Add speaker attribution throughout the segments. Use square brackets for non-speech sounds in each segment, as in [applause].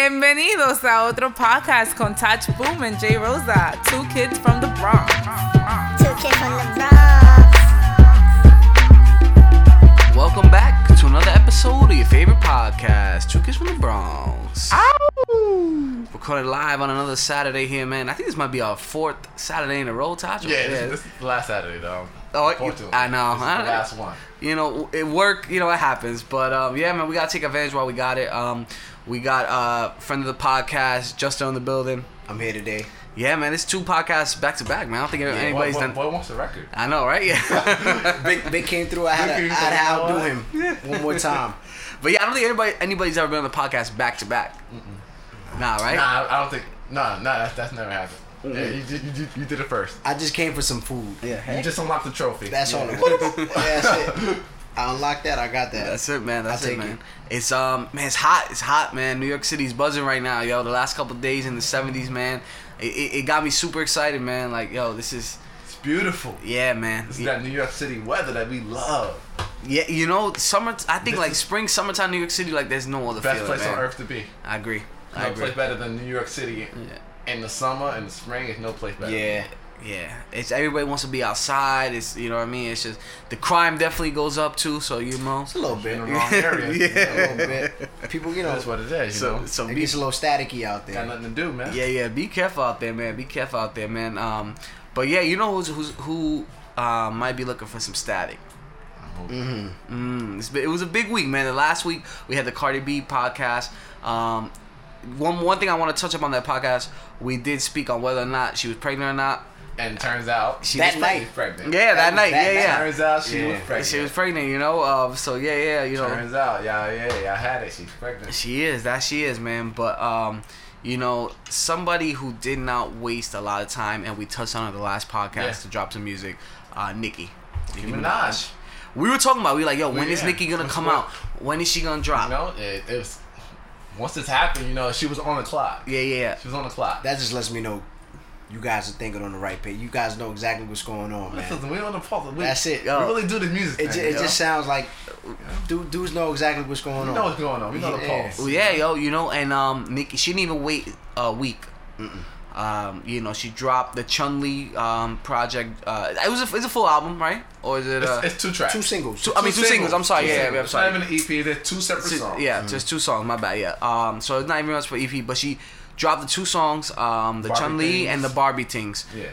Speaker 1: Bienvenidos a otro podcast con Touch Boom and Jay Rosa, two kids from the Bronx.
Speaker 2: Two kids from the Bronx.
Speaker 3: Welcome back to another episode of your favorite podcast, Two Kids from the Bronx. Recorded live on another Saturday here, man. I think this might be our fourth Saturday in a row, Taj.
Speaker 4: Yeah, this, this is the last Saturday though.
Speaker 3: Oh, you-
Speaker 4: Unfortunately,
Speaker 3: I know,
Speaker 4: This is
Speaker 3: huh?
Speaker 4: the last one.
Speaker 3: you know, it work, you know, it happens. But um, yeah, man, we gotta take advantage while we got it. Um, we got uh, friend of the podcast, Justin on the building.
Speaker 5: I'm here today.
Speaker 3: Yeah, man, it's two podcasts back to back, man. I don't think
Speaker 4: Boy,
Speaker 3: anybody's
Speaker 4: boy,
Speaker 3: done.
Speaker 4: boy wants the record.
Speaker 3: I know, right? [laughs]
Speaker 4: [laughs]
Speaker 3: Yeah.
Speaker 5: Big, Big came through. I had
Speaker 4: Big
Speaker 5: to, I
Speaker 4: came
Speaker 5: had
Speaker 4: through. [laughs]
Speaker 5: to outdo him one more time.
Speaker 3: but yeah, I don't think anybody anybody's ever been on the podcast back to back. Nah, right?
Speaker 4: Nah, I- I don't think. Nah, nah, that's, that's never happened.
Speaker 3: Mm-hmm.
Speaker 4: Yeah, you, did- you, did- you did it first.
Speaker 5: I just came for some food.
Speaker 4: You just unlocked the trophy.
Speaker 5: That's all it was. Yeah,
Speaker 4: [laughs]
Speaker 5: that's it. I unlocked that. I got that.
Speaker 3: That's it, man. That's
Speaker 5: I'll
Speaker 3: it,
Speaker 5: take
Speaker 3: man. It's um, man, it's hot. It's hot, man. New York City's buzzing right now, yo. The last couple days in the '70s, man. It, it, it got me super excited, man. Like, yo, this is
Speaker 4: It's beautiful.
Speaker 3: yeah, man.
Speaker 4: This is
Speaker 3: Yeah,
Speaker 4: that New York City weather that we love.
Speaker 3: you know, summer. I think
Speaker 4: This
Speaker 3: like
Speaker 4: is-
Speaker 3: spring, summertime, New York City. Like, there's no other
Speaker 4: Best
Speaker 3: feeling,
Speaker 4: place
Speaker 3: man.
Speaker 4: on earth to be.
Speaker 3: I agree. I
Speaker 4: No
Speaker 3: agree.
Speaker 4: place better than New York City
Speaker 3: Yeah.
Speaker 4: in the summer and the spring. Is no place better.
Speaker 5: yeah.
Speaker 3: Yeah, it's everybody wants to be outside. It's you know what I mean. It's just the crime definitely goes up too. So you know,
Speaker 5: It's a little
Speaker 4: In
Speaker 5: bit.
Speaker 4: the
Speaker 5: A
Speaker 4: wrong
Speaker 3: [laughs]
Speaker 4: area.
Speaker 3: Yeah.
Speaker 4: yeah.
Speaker 5: little bit. People, you know,
Speaker 4: That's what it is. You
Speaker 3: so
Speaker 4: know.
Speaker 3: so
Speaker 5: it
Speaker 3: be
Speaker 5: gets a little staticky out
Speaker 4: Got
Speaker 5: there.
Speaker 4: nothing to do, man.
Speaker 3: Yeah, yeah. Be careful out there, man. Be careful out there, man. Um, but yeah, you know who's who's who uh, might be looking for some static.
Speaker 4: Oh.
Speaker 3: Mm, it's been- it was a big week, man. The last week we had the Cardi B podcast. Um, one one thing I want to touch up on that podcast, we did speak on whether or not she was pregnant or not.
Speaker 4: And turns out
Speaker 3: She
Speaker 5: That
Speaker 3: was
Speaker 5: night.
Speaker 4: she's pregnant.
Speaker 3: Yeah, that,
Speaker 5: That-
Speaker 3: night.
Speaker 5: that
Speaker 3: yeah,
Speaker 5: night.
Speaker 3: yeah.
Speaker 4: Turns out she
Speaker 5: Yeah.
Speaker 4: was pregnant.
Speaker 3: She was pregnant, you know. Uh, so yeah, yeah, you know.
Speaker 4: Turns out, yeah, yeah, yeah, I had it. She's pregnant.
Speaker 3: She is. That she is, man. But um, you know, somebody who did not waste a lot of time, and we touched on it the last podcast
Speaker 4: Yeah.
Speaker 3: to drop some music. Uh, Nicki.
Speaker 4: Nicki Minaj.
Speaker 3: We were talking about. We were like, yo, when is
Speaker 4: yeah.
Speaker 3: Nicki gonna
Speaker 4: What's
Speaker 3: come
Speaker 4: what-
Speaker 3: out? When is she gonna drop?
Speaker 4: You know, it, it was once this happened. You know, she was on the clock.
Speaker 3: Yeah, yeah, yeah.
Speaker 4: She was on the clock.
Speaker 5: That just lets me know you guys are thinking on the right page. You guys know exactly what's going
Speaker 4: [laughs]
Speaker 5: on, man.
Speaker 4: Listen, we on the pulse. We,
Speaker 5: That's it.
Speaker 4: We
Speaker 3: Yo.
Speaker 4: really do the music.
Speaker 5: It, ju-
Speaker 4: thing,
Speaker 5: it
Speaker 4: yo.
Speaker 5: just sounds like dude, dudes know exactly what's going
Speaker 4: We
Speaker 5: on.
Speaker 4: know what's going on. We know the
Speaker 5: Yeah.
Speaker 4: pulse.
Speaker 3: Well, yeah, yo, you know, and um, Nicki, she didn't even wait a week. Um, you know, she dropped the Chun Li um project. Uh, it was a, it's a full album, right? Or is it? Uh,
Speaker 4: It's, it's two tracks.
Speaker 5: Two singles.
Speaker 3: Two- I mean, singles. I'm sorry.
Speaker 4: Two
Speaker 3: Yeah, yeah,
Speaker 4: singles.
Speaker 3: I'm
Speaker 4: It's
Speaker 3: sorry.
Speaker 4: Not even an EP. They're two separate
Speaker 3: Two-
Speaker 4: songs.
Speaker 3: Yeah, just two songs. My bad. Yeah. Um, so it's not even much for EP, but she dropped the two songs, um, the
Speaker 4: Barbie
Speaker 3: Chun Li
Speaker 4: Things.
Speaker 3: and the Barbie things.
Speaker 4: Yeah.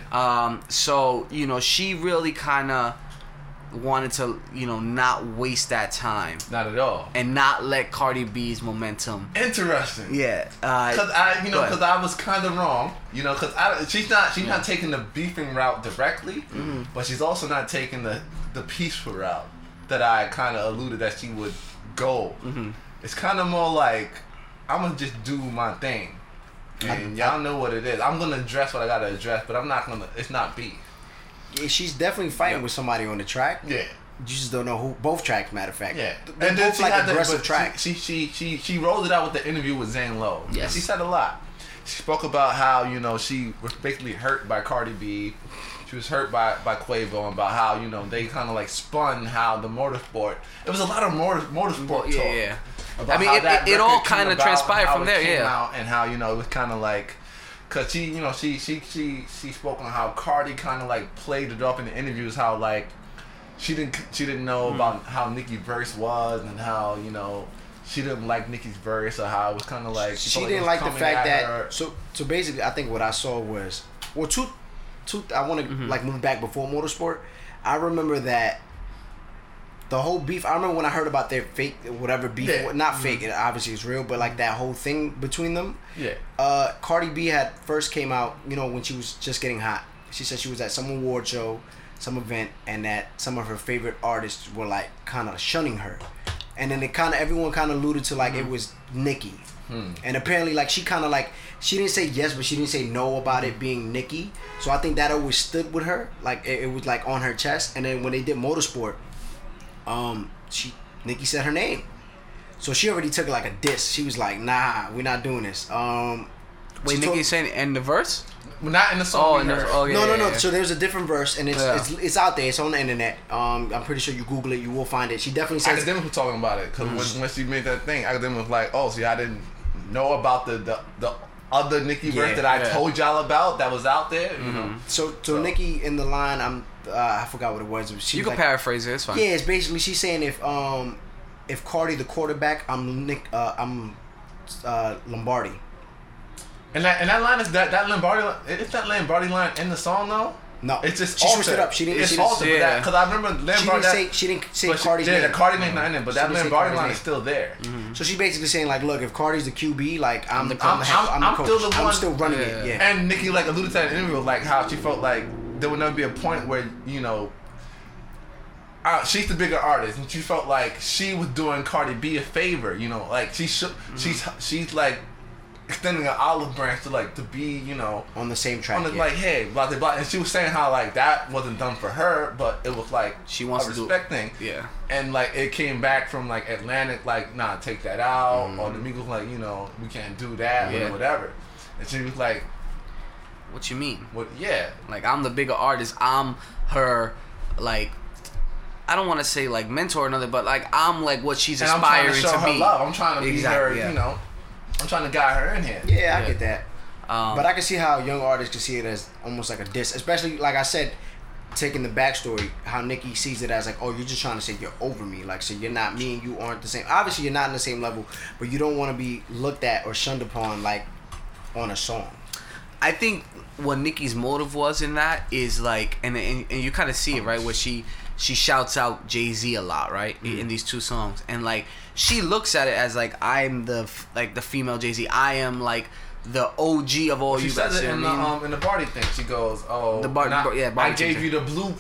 Speaker 3: Um, so you know she really kind of wanted to you know not waste that time
Speaker 4: Not at all.
Speaker 3: and not let Cardi B's momentum.
Speaker 4: Interesting.
Speaker 3: Yeah. Uh,
Speaker 4: Cause I, you know,
Speaker 3: Go ahead. Mm.
Speaker 4: cause I was kind of wrong, you know, cause I, she's not, she's not taking the beefing route directly,
Speaker 3: Mm-hmm.
Speaker 4: but she's also not taking the the peaceful route that I kind of alluded that she would go.
Speaker 3: Mm-hmm.
Speaker 4: It's kind of more like I'm gonna just do my thing, and y'all know what it is. I'm gonna address what I gotta address, but I'm not gonna. It's not beef.
Speaker 5: Yeah, she's definitely fighting with somebody on the track.
Speaker 4: Yeah.
Speaker 5: You just don't know who. Both tracks, matter of fact.
Speaker 4: Yeah,
Speaker 5: They're both like
Speaker 4: had
Speaker 5: aggressive
Speaker 4: but
Speaker 5: tracks.
Speaker 4: She she she she rolled it out with the interview with Zane Lowe.
Speaker 3: Yes.
Speaker 4: she said a lot. She spoke about how you know she was basically hurt by Cardi B. She was hurt by by Quavo and about how you know they kind of like spun how the motorsport. It was a lot of motor motorsport
Speaker 3: yeah,
Speaker 4: talk.
Speaker 3: yeah.
Speaker 4: about
Speaker 3: I mean,
Speaker 4: how
Speaker 3: it,
Speaker 4: that
Speaker 3: it, it all
Speaker 4: record came
Speaker 3: kind of
Speaker 4: about and
Speaker 3: transpired
Speaker 4: how
Speaker 3: from
Speaker 4: it
Speaker 3: there.
Speaker 4: came
Speaker 3: Yeah.
Speaker 4: out and how you know it was kind of like, cause she, you know, she she she she spoke on how Cardi kind of like played it up in the interviews how like she didn't she didn't know
Speaker 3: Hmm.
Speaker 4: about how Nicki verse was and how you know she didn't like Nicki's verse or how it was kind of like
Speaker 5: She,
Speaker 4: felt it
Speaker 5: didn't
Speaker 4: was
Speaker 5: like the
Speaker 4: coming at
Speaker 5: fact that.
Speaker 4: her.
Speaker 5: So so basically, I think what I saw was well, two, two. I want to
Speaker 4: Mm-hmm.
Speaker 5: like move back before motorsport. I remember that the whole beef. I remember when I heard about their fake, whatever beef,
Speaker 4: Yeah. Mm-hmm.
Speaker 5: not fake. It obviously is real, but like that whole thing between them.
Speaker 4: yeah
Speaker 5: uh, Cardi B had first came out, you know, when she was just getting hot. She said she was at some award show, some event, and that some of her favorite artists were like kind of shunning her. And then it kind of everyone kind of alluded to like it was Nicki. And apparently, like she kind of like she didn't say yes, but she didn't say no about it being Nicki. So I think that always stood with her, like it, it was like on her chest. And then when they did motorsport, um, she Nikki said her name. So she already took like a diss. She was like, "Nah, we're not doing this." Um,
Speaker 3: Wait,
Speaker 5: she
Speaker 3: Nicki
Speaker 5: told-
Speaker 3: saying and the verse?
Speaker 4: Well, not in the song.
Speaker 3: Oh,
Speaker 4: we
Speaker 3: and the,
Speaker 4: heard.
Speaker 3: oh yeah.
Speaker 5: no, no, no.
Speaker 3: yeah, yeah.
Speaker 5: So there's a different verse, and it's,
Speaker 3: Yeah.
Speaker 5: it's it's out there. It's on the internet. Um, I'm pretty sure you Google it, you will find it. She definitely says
Speaker 3: Mm-hmm.
Speaker 4: academic was talking about it because when, when she made that thing, academic was like, "Oh, see, I didn't know about the the, the other Nicki
Speaker 5: Yeah,
Speaker 4: work that I
Speaker 3: yeah.
Speaker 4: told y'all about that was out there. You know,
Speaker 3: Mm-hmm.
Speaker 5: So, so Nikki in the line, I'm uh, I forgot what it was. but She
Speaker 3: You
Speaker 5: was
Speaker 3: can
Speaker 5: like,
Speaker 3: paraphrase it. It's fine.
Speaker 5: Yeah, it's basically she's saying if um if Cardi the quarterback, I'm Nick, uh, I'm uh, Lombardi.
Speaker 4: and that and that line is that that Lombardi li- it's that Lombardi line in the song though.
Speaker 5: No.
Speaker 4: it's just
Speaker 5: She switched
Speaker 4: altered.
Speaker 5: it up. She didn't-
Speaker 4: It's
Speaker 5: she didn't-
Speaker 4: altered
Speaker 3: yeah.
Speaker 4: because I remember Lombardi.
Speaker 5: She didn't
Speaker 4: that-
Speaker 5: say she didn't say
Speaker 4: but she-
Speaker 5: Cardi's
Speaker 4: yeah,
Speaker 5: name.
Speaker 4: the Cardi name not in it, but
Speaker 5: She
Speaker 4: that
Speaker 5: didn't say
Speaker 4: Lombardi
Speaker 5: Cardi's
Speaker 4: line
Speaker 5: name.
Speaker 4: is still there.
Speaker 5: So she basically saying like, look, if Cardi's the QB, like I'm the
Speaker 4: the- I'm-
Speaker 5: I'm, the head- I'm,
Speaker 4: I'm-
Speaker 5: the
Speaker 4: I'm
Speaker 5: coach.
Speaker 4: still the
Speaker 5: I'm
Speaker 4: one-
Speaker 5: still running it.
Speaker 3: Yeah.
Speaker 5: Yeah.
Speaker 4: And Nikki like alluded to that in the interview, like how she felt like there would never be a point where you know. Uh, she's the bigger artist, and she felt like she was doing Cardi B a favor. You know, like she should, she's she's like extending an olive branch to like to be you know
Speaker 5: on the same track.
Speaker 4: on the,
Speaker 5: yeah.
Speaker 4: like hey blah blah blah, and she was saying how like that wasn't done for her, but it was like
Speaker 3: She wants
Speaker 4: a
Speaker 3: to do-
Speaker 4: respect thing.
Speaker 3: Yeah.
Speaker 4: And like it came back from like Atlantic, like nah, take that out. Or the Migos like you know we can't do that
Speaker 3: Mm-hmm. Yeah.
Speaker 4: or whatever. And she was like,
Speaker 3: What you mean?
Speaker 4: well, yeah,
Speaker 3: Like I'm the bigger artist. I'm her like I don't want to say like mentor or nothing, but like I'm like what she's
Speaker 4: and I'm
Speaker 3: aspiring
Speaker 4: trying to show
Speaker 3: to
Speaker 4: her
Speaker 3: be.
Speaker 4: love. I'm trying to
Speaker 3: Exactly,
Speaker 4: be her,
Speaker 3: yeah.
Speaker 4: you know. I'm trying to guide her in here.
Speaker 5: yeah, I
Speaker 3: Yeah.
Speaker 5: get that.
Speaker 3: Um,
Speaker 5: But I can see how young artists can see it as almost like a diss, especially like I said, taking the backstory, how Nikki sees it as like, oh, you're just trying to say you're over me, like so you're not me and you aren't the same. Obviously, you're not in the same level, but you don't want to be looked at or shunned upon like on a song.
Speaker 3: I think what Nikki's motive was in that is like, and and, and you kind of see it right where she she shouts out Jay Z a lot, right, in-
Speaker 4: Mm.
Speaker 3: in these two songs, and like she looks at it as like I'm the f- like the female Jay Z. I am like the OG of all
Speaker 4: She
Speaker 3: you
Speaker 4: says
Speaker 3: guys.
Speaker 4: it
Speaker 3: you
Speaker 4: in
Speaker 3: know
Speaker 4: the
Speaker 3: what I mean?
Speaker 4: um in the Barty thing. She goes, oh,
Speaker 3: The Barty-
Speaker 4: not-
Speaker 3: yeah,
Speaker 4: I
Speaker 3: Barty
Speaker 4: gave
Speaker 3: thing.
Speaker 4: you the blue,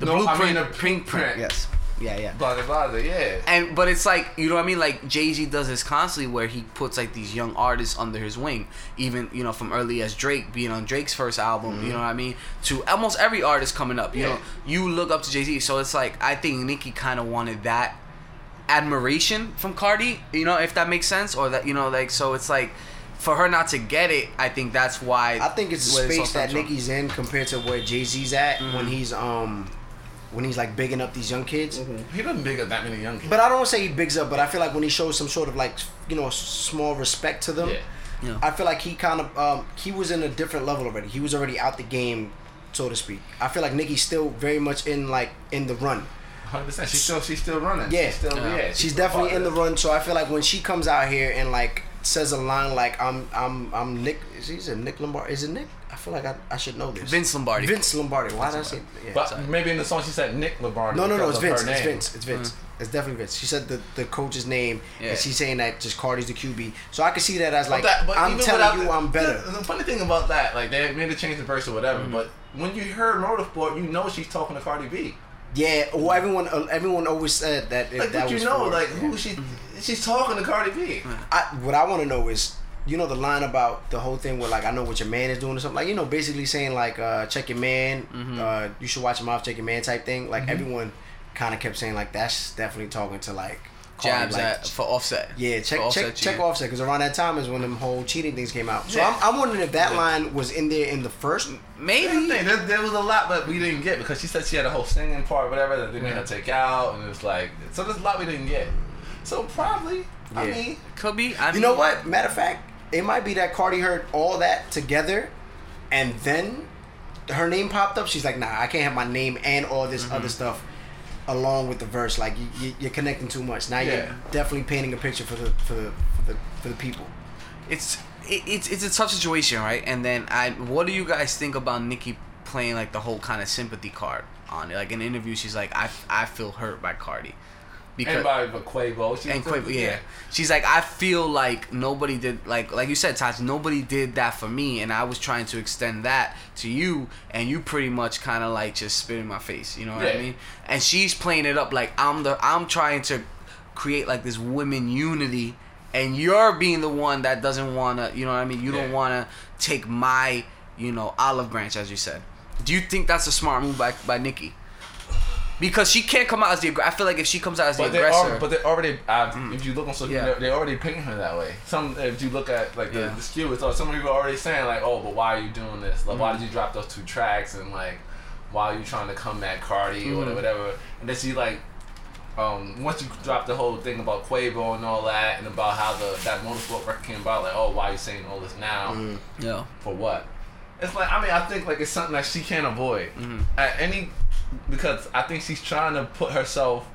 Speaker 3: the
Speaker 4: no,
Speaker 3: blueprint,
Speaker 4: I mean the
Speaker 3: print,
Speaker 4: pink print.
Speaker 3: Yes. Yeah, yeah.
Speaker 4: Blah blah blah. blah, Yeah.
Speaker 3: and but it's like you know what I mean. Like Jay Z does this constantly, where he puts like these young artists under his wing. Even you know from early as Drake being on Drake's first album, you know
Speaker 5: Mm-hmm.
Speaker 3: what I mean. To almost every artist coming up, you
Speaker 4: Yeah.
Speaker 3: know, you look up to Jay Z. So it's like I think Nicki kind of wanted that admiration from Cardi, you know, if that makes sense, or that you know, like so it's like for her not to get it. I think that's why
Speaker 5: I think it's the
Speaker 3: where this all
Speaker 5: space that
Speaker 3: stems from. Mm-hmm.
Speaker 5: Nicki's in compared to where Jay Z's at when he's um when he's like bigging up these young kids.
Speaker 3: Mm-hmm.
Speaker 4: He doesn't big up that many young kids.
Speaker 5: But I don't want to say he bigs up, but I feel like when he shows some sort of like you know small respect to them,
Speaker 4: Yeah.
Speaker 3: Yeah.
Speaker 5: I feel like he kind of um, he was in a different level already. He was already out the game, so to speak. I feel like Nikki's still very much in like in the run.
Speaker 4: Hundred percent. She's still she's still running.
Speaker 5: Yeah.
Speaker 4: She's still
Speaker 3: Yeah.
Speaker 4: yeah.
Speaker 5: She's
Speaker 4: still
Speaker 5: definitely
Speaker 4: part
Speaker 5: in
Speaker 4: of
Speaker 5: the
Speaker 4: it.
Speaker 5: run, so I feel like when she comes out here and like says a line like I'm I'm I'm Nick is he is it Nick Lombardi is it Nick? I feel like I, I should know this.
Speaker 3: Vince Lombardi.
Speaker 5: Vince Lombardi. Why did I say yeah.
Speaker 4: But maybe in the song she said Nick Lombardi.
Speaker 5: No, no, no.
Speaker 4: because
Speaker 5: It's
Speaker 4: of
Speaker 5: Vince.
Speaker 4: her
Speaker 5: It's
Speaker 4: name.
Speaker 5: Vince. It's Vince. It's definitely Vince. She said the, the coach's name,
Speaker 3: Mm. Yeah.
Speaker 5: and she's saying that just Cardi's the QB. So I can see that as like
Speaker 4: that-
Speaker 5: I'm
Speaker 4: even
Speaker 5: telling
Speaker 4: without
Speaker 5: you
Speaker 4: the-
Speaker 5: I'm better. Mm-hmm.
Speaker 4: The, the funny thing about that, like they made a change the verse or whatever, but when you heard Motorsport, you know she's talking to Cardi B.
Speaker 5: Yeah. Well, everyone uh, everyone always said that.
Speaker 4: Like,
Speaker 5: that
Speaker 4: but you
Speaker 5: was
Speaker 4: know,
Speaker 5: for-
Speaker 4: like
Speaker 5: yeah. Mm-hmm.
Speaker 4: who she she's talking to Cardi B.
Speaker 5: I, what I want to know is, you know, the line about the whole thing where like I know what your man is doing or something. Like you know, basically saying like uh, check your man,
Speaker 3: Mm-hmm.
Speaker 5: uh, you should watch him off, check your man type thing. Like everyone kind of kept saying like that's definitely talking to like Cardi,
Speaker 3: jabs
Speaker 5: like,
Speaker 3: at for offset.
Speaker 5: Yeah,
Speaker 3: For
Speaker 5: check check
Speaker 3: Offset,
Speaker 5: check
Speaker 3: yeah.
Speaker 5: offset because around that time is when them whole cheating things came out. So
Speaker 4: Yeah.
Speaker 5: I'm, I'm wondering if that line was in there in the first.
Speaker 3: Maybe
Speaker 4: Same thing. There, there was a lot that we didn't get because she said she had a whole singing part, whatever that they made her take out, and it's like so there's a lot we didn't get. So probably, I
Speaker 5: Yeah.
Speaker 4: mean,
Speaker 3: could be. I
Speaker 5: You
Speaker 3: mean,
Speaker 5: know what? Matter of fact, it might be that Cardi heard all that together, and then her name popped up. She's like, "Nah, I can't have my name and all this
Speaker 4: Mm-hmm.
Speaker 5: other stuff." Along with the verse, like you, you, you're connecting too much. Now
Speaker 4: Yeah.
Speaker 5: you're definitely painting a picture for the for the for the, for the people.
Speaker 3: it's it, it's it's a tough situation, right? And then I, what do you guys think about Nikki playing like the whole kind of sympathy card on it? Like in an interview, she's like, I, I feel hurt by Cardi,
Speaker 4: anybody but Quavo. She
Speaker 3: and
Speaker 4: was-
Speaker 3: Quavo, yeah. she's like, I feel like nobody did like like you said, Taj, nobody did that for me, and I was trying to extend that to you, and you pretty much kind of like just spit in my face, you know what I
Speaker 4: Yeah.
Speaker 3: mean? And she's playing it up like I'm the I'm trying to create like this women unity, and you're being the one that doesn't wanna, you know what I mean? You don't
Speaker 4: Yeah.
Speaker 3: wanna take my you know olive branch as you said. Do you think that's a smart move by by Nikki? Because she can't come out as the. aggr- I feel like if she comes out as the
Speaker 4: But they,
Speaker 3: aggressor, Mm.
Speaker 4: are, but they already, uh, if you look on social
Speaker 3: Yeah.
Speaker 4: media, they already painting her that way. Some, if you look at like the,
Speaker 3: Yeah.
Speaker 4: the skew, it's all some people are already saying like, oh, but why are you doing this? Like,
Speaker 3: Mm.
Speaker 4: why did you drop those two
Speaker 3: Mm.
Speaker 4: tracks? And like, why are you trying to come at Cardi or whatever? And then she like um, once you drop the whole thing about Quavo and all that, and about how the that motorsport record came about, like, oh, why are you saying all this now?
Speaker 3: Yeah.
Speaker 4: for what? It's like I mean I think like it's something that she can't avoid
Speaker 3: Mm-hmm.
Speaker 4: at any because I think she's trying to put herself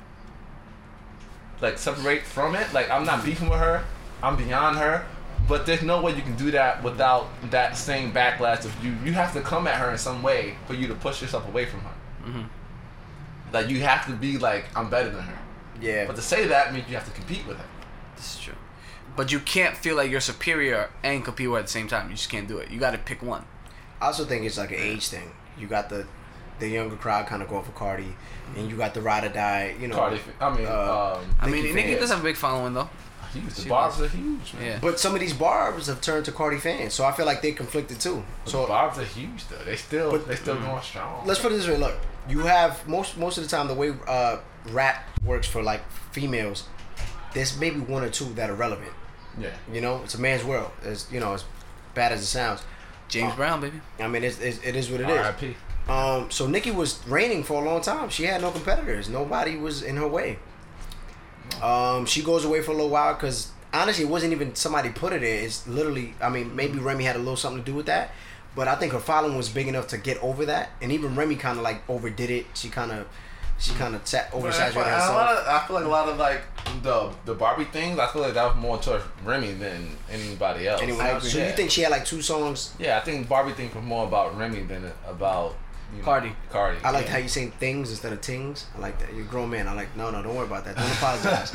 Speaker 4: like separate from it. Like I'm
Speaker 3: Mm-hmm.
Speaker 4: not beefing with her, I'm beyond her. But there's no way you can do that without that same backlash of you. You have to come at her in some way for you to push yourself away from her.
Speaker 3: Mm-hmm.
Speaker 4: Like you have to be like I'm better than her.
Speaker 5: Yeah,
Speaker 4: But to say that means you have to compete with her.
Speaker 3: This is true. But you can't feel like you're superior and compete with her at the same time. You just can't do it. You got to pick one.
Speaker 5: I also think it's like an age thing. You got the the younger crowd kind of going for Cardi, and you got the ride or die. You know,
Speaker 4: Cardi, I mean,
Speaker 5: Uh,
Speaker 4: um,
Speaker 3: I
Speaker 5: Nicki
Speaker 3: mean, Nicki
Speaker 5: Fan.
Speaker 3: does have a big following though.
Speaker 4: huge. The
Speaker 3: she
Speaker 4: bars are huge, man.
Speaker 3: Yeah.
Speaker 5: But some of these barbs have turned to Cardi fans, so I feel like they conflicted too.
Speaker 4: So
Speaker 5: So
Speaker 4: Bob's are huge though. They still
Speaker 5: But- mm.
Speaker 4: they still going strong.
Speaker 5: let's put it this way: look, you have most most of the time the way uh, rap works for like females, there's maybe one or two that are relevant.
Speaker 4: yeah.
Speaker 5: You know, it's a man's world. As you know, as bad as it sounds,
Speaker 3: James Brown, baby.
Speaker 5: I mean, it's, it's, it is what it is.
Speaker 4: R.I.P.
Speaker 5: Um, so Nikki was reigning for a long time. She had no competitors. Nobody was in her way. Um, she goes away for a little while because honestly, it wasn't even somebody put it in. It's literally, I mean, maybe Remy had a little something to do with that, but I think her following was big enough to get over that. And even Remy kind of like overdid it. She kind of, she kind of sat
Speaker 4: But
Speaker 5: oversaturated
Speaker 4: that's why- a lot
Speaker 5: herself.
Speaker 4: of- I feel like a lot of like the the Barbie things. I feel like that was more towards Remy than anybody else.
Speaker 5: Anyone
Speaker 4: I
Speaker 5: else? So
Speaker 4: agree.
Speaker 5: you think she had like two songs?
Speaker 4: Yeah, I think Barbie thing was more about Remy than about you know,
Speaker 3: Cardi.
Speaker 4: Cardi.
Speaker 5: I like
Speaker 4: yeah.
Speaker 5: how you saying things instead of tings. I like that. You're a grown man. I like no, no. Don't worry about that. Don't apologize.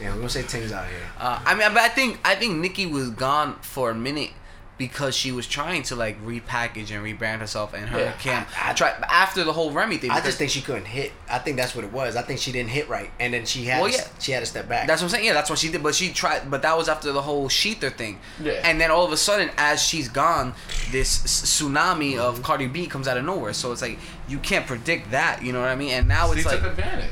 Speaker 5: yeah, we're gonna say tings out here.
Speaker 3: Uh, I mean, but I think I think Nikki was gone for a minute because she was trying to like repackage and rebrand herself and her
Speaker 4: Yeah.
Speaker 3: camp. I, try after the whole Remy thing.
Speaker 5: I
Speaker 3: because-
Speaker 5: just think she couldn't hit. I think that's what it was. I think she didn't hit right, and then she had
Speaker 3: Well,
Speaker 5: to-
Speaker 3: yeah.
Speaker 5: she had to step back.
Speaker 3: That's what I'm saying. Yeah, that's what she did. But she tried. But that was after the whole Sheether thing.
Speaker 4: Yeah.
Speaker 3: And then all of a sudden, as she's gone, this s- tsunami of Cardi B comes out of nowhere. So it's like you can't predict that. You know what I mean? And now
Speaker 4: She
Speaker 3: it's
Speaker 4: took
Speaker 3: like
Speaker 4: advantage.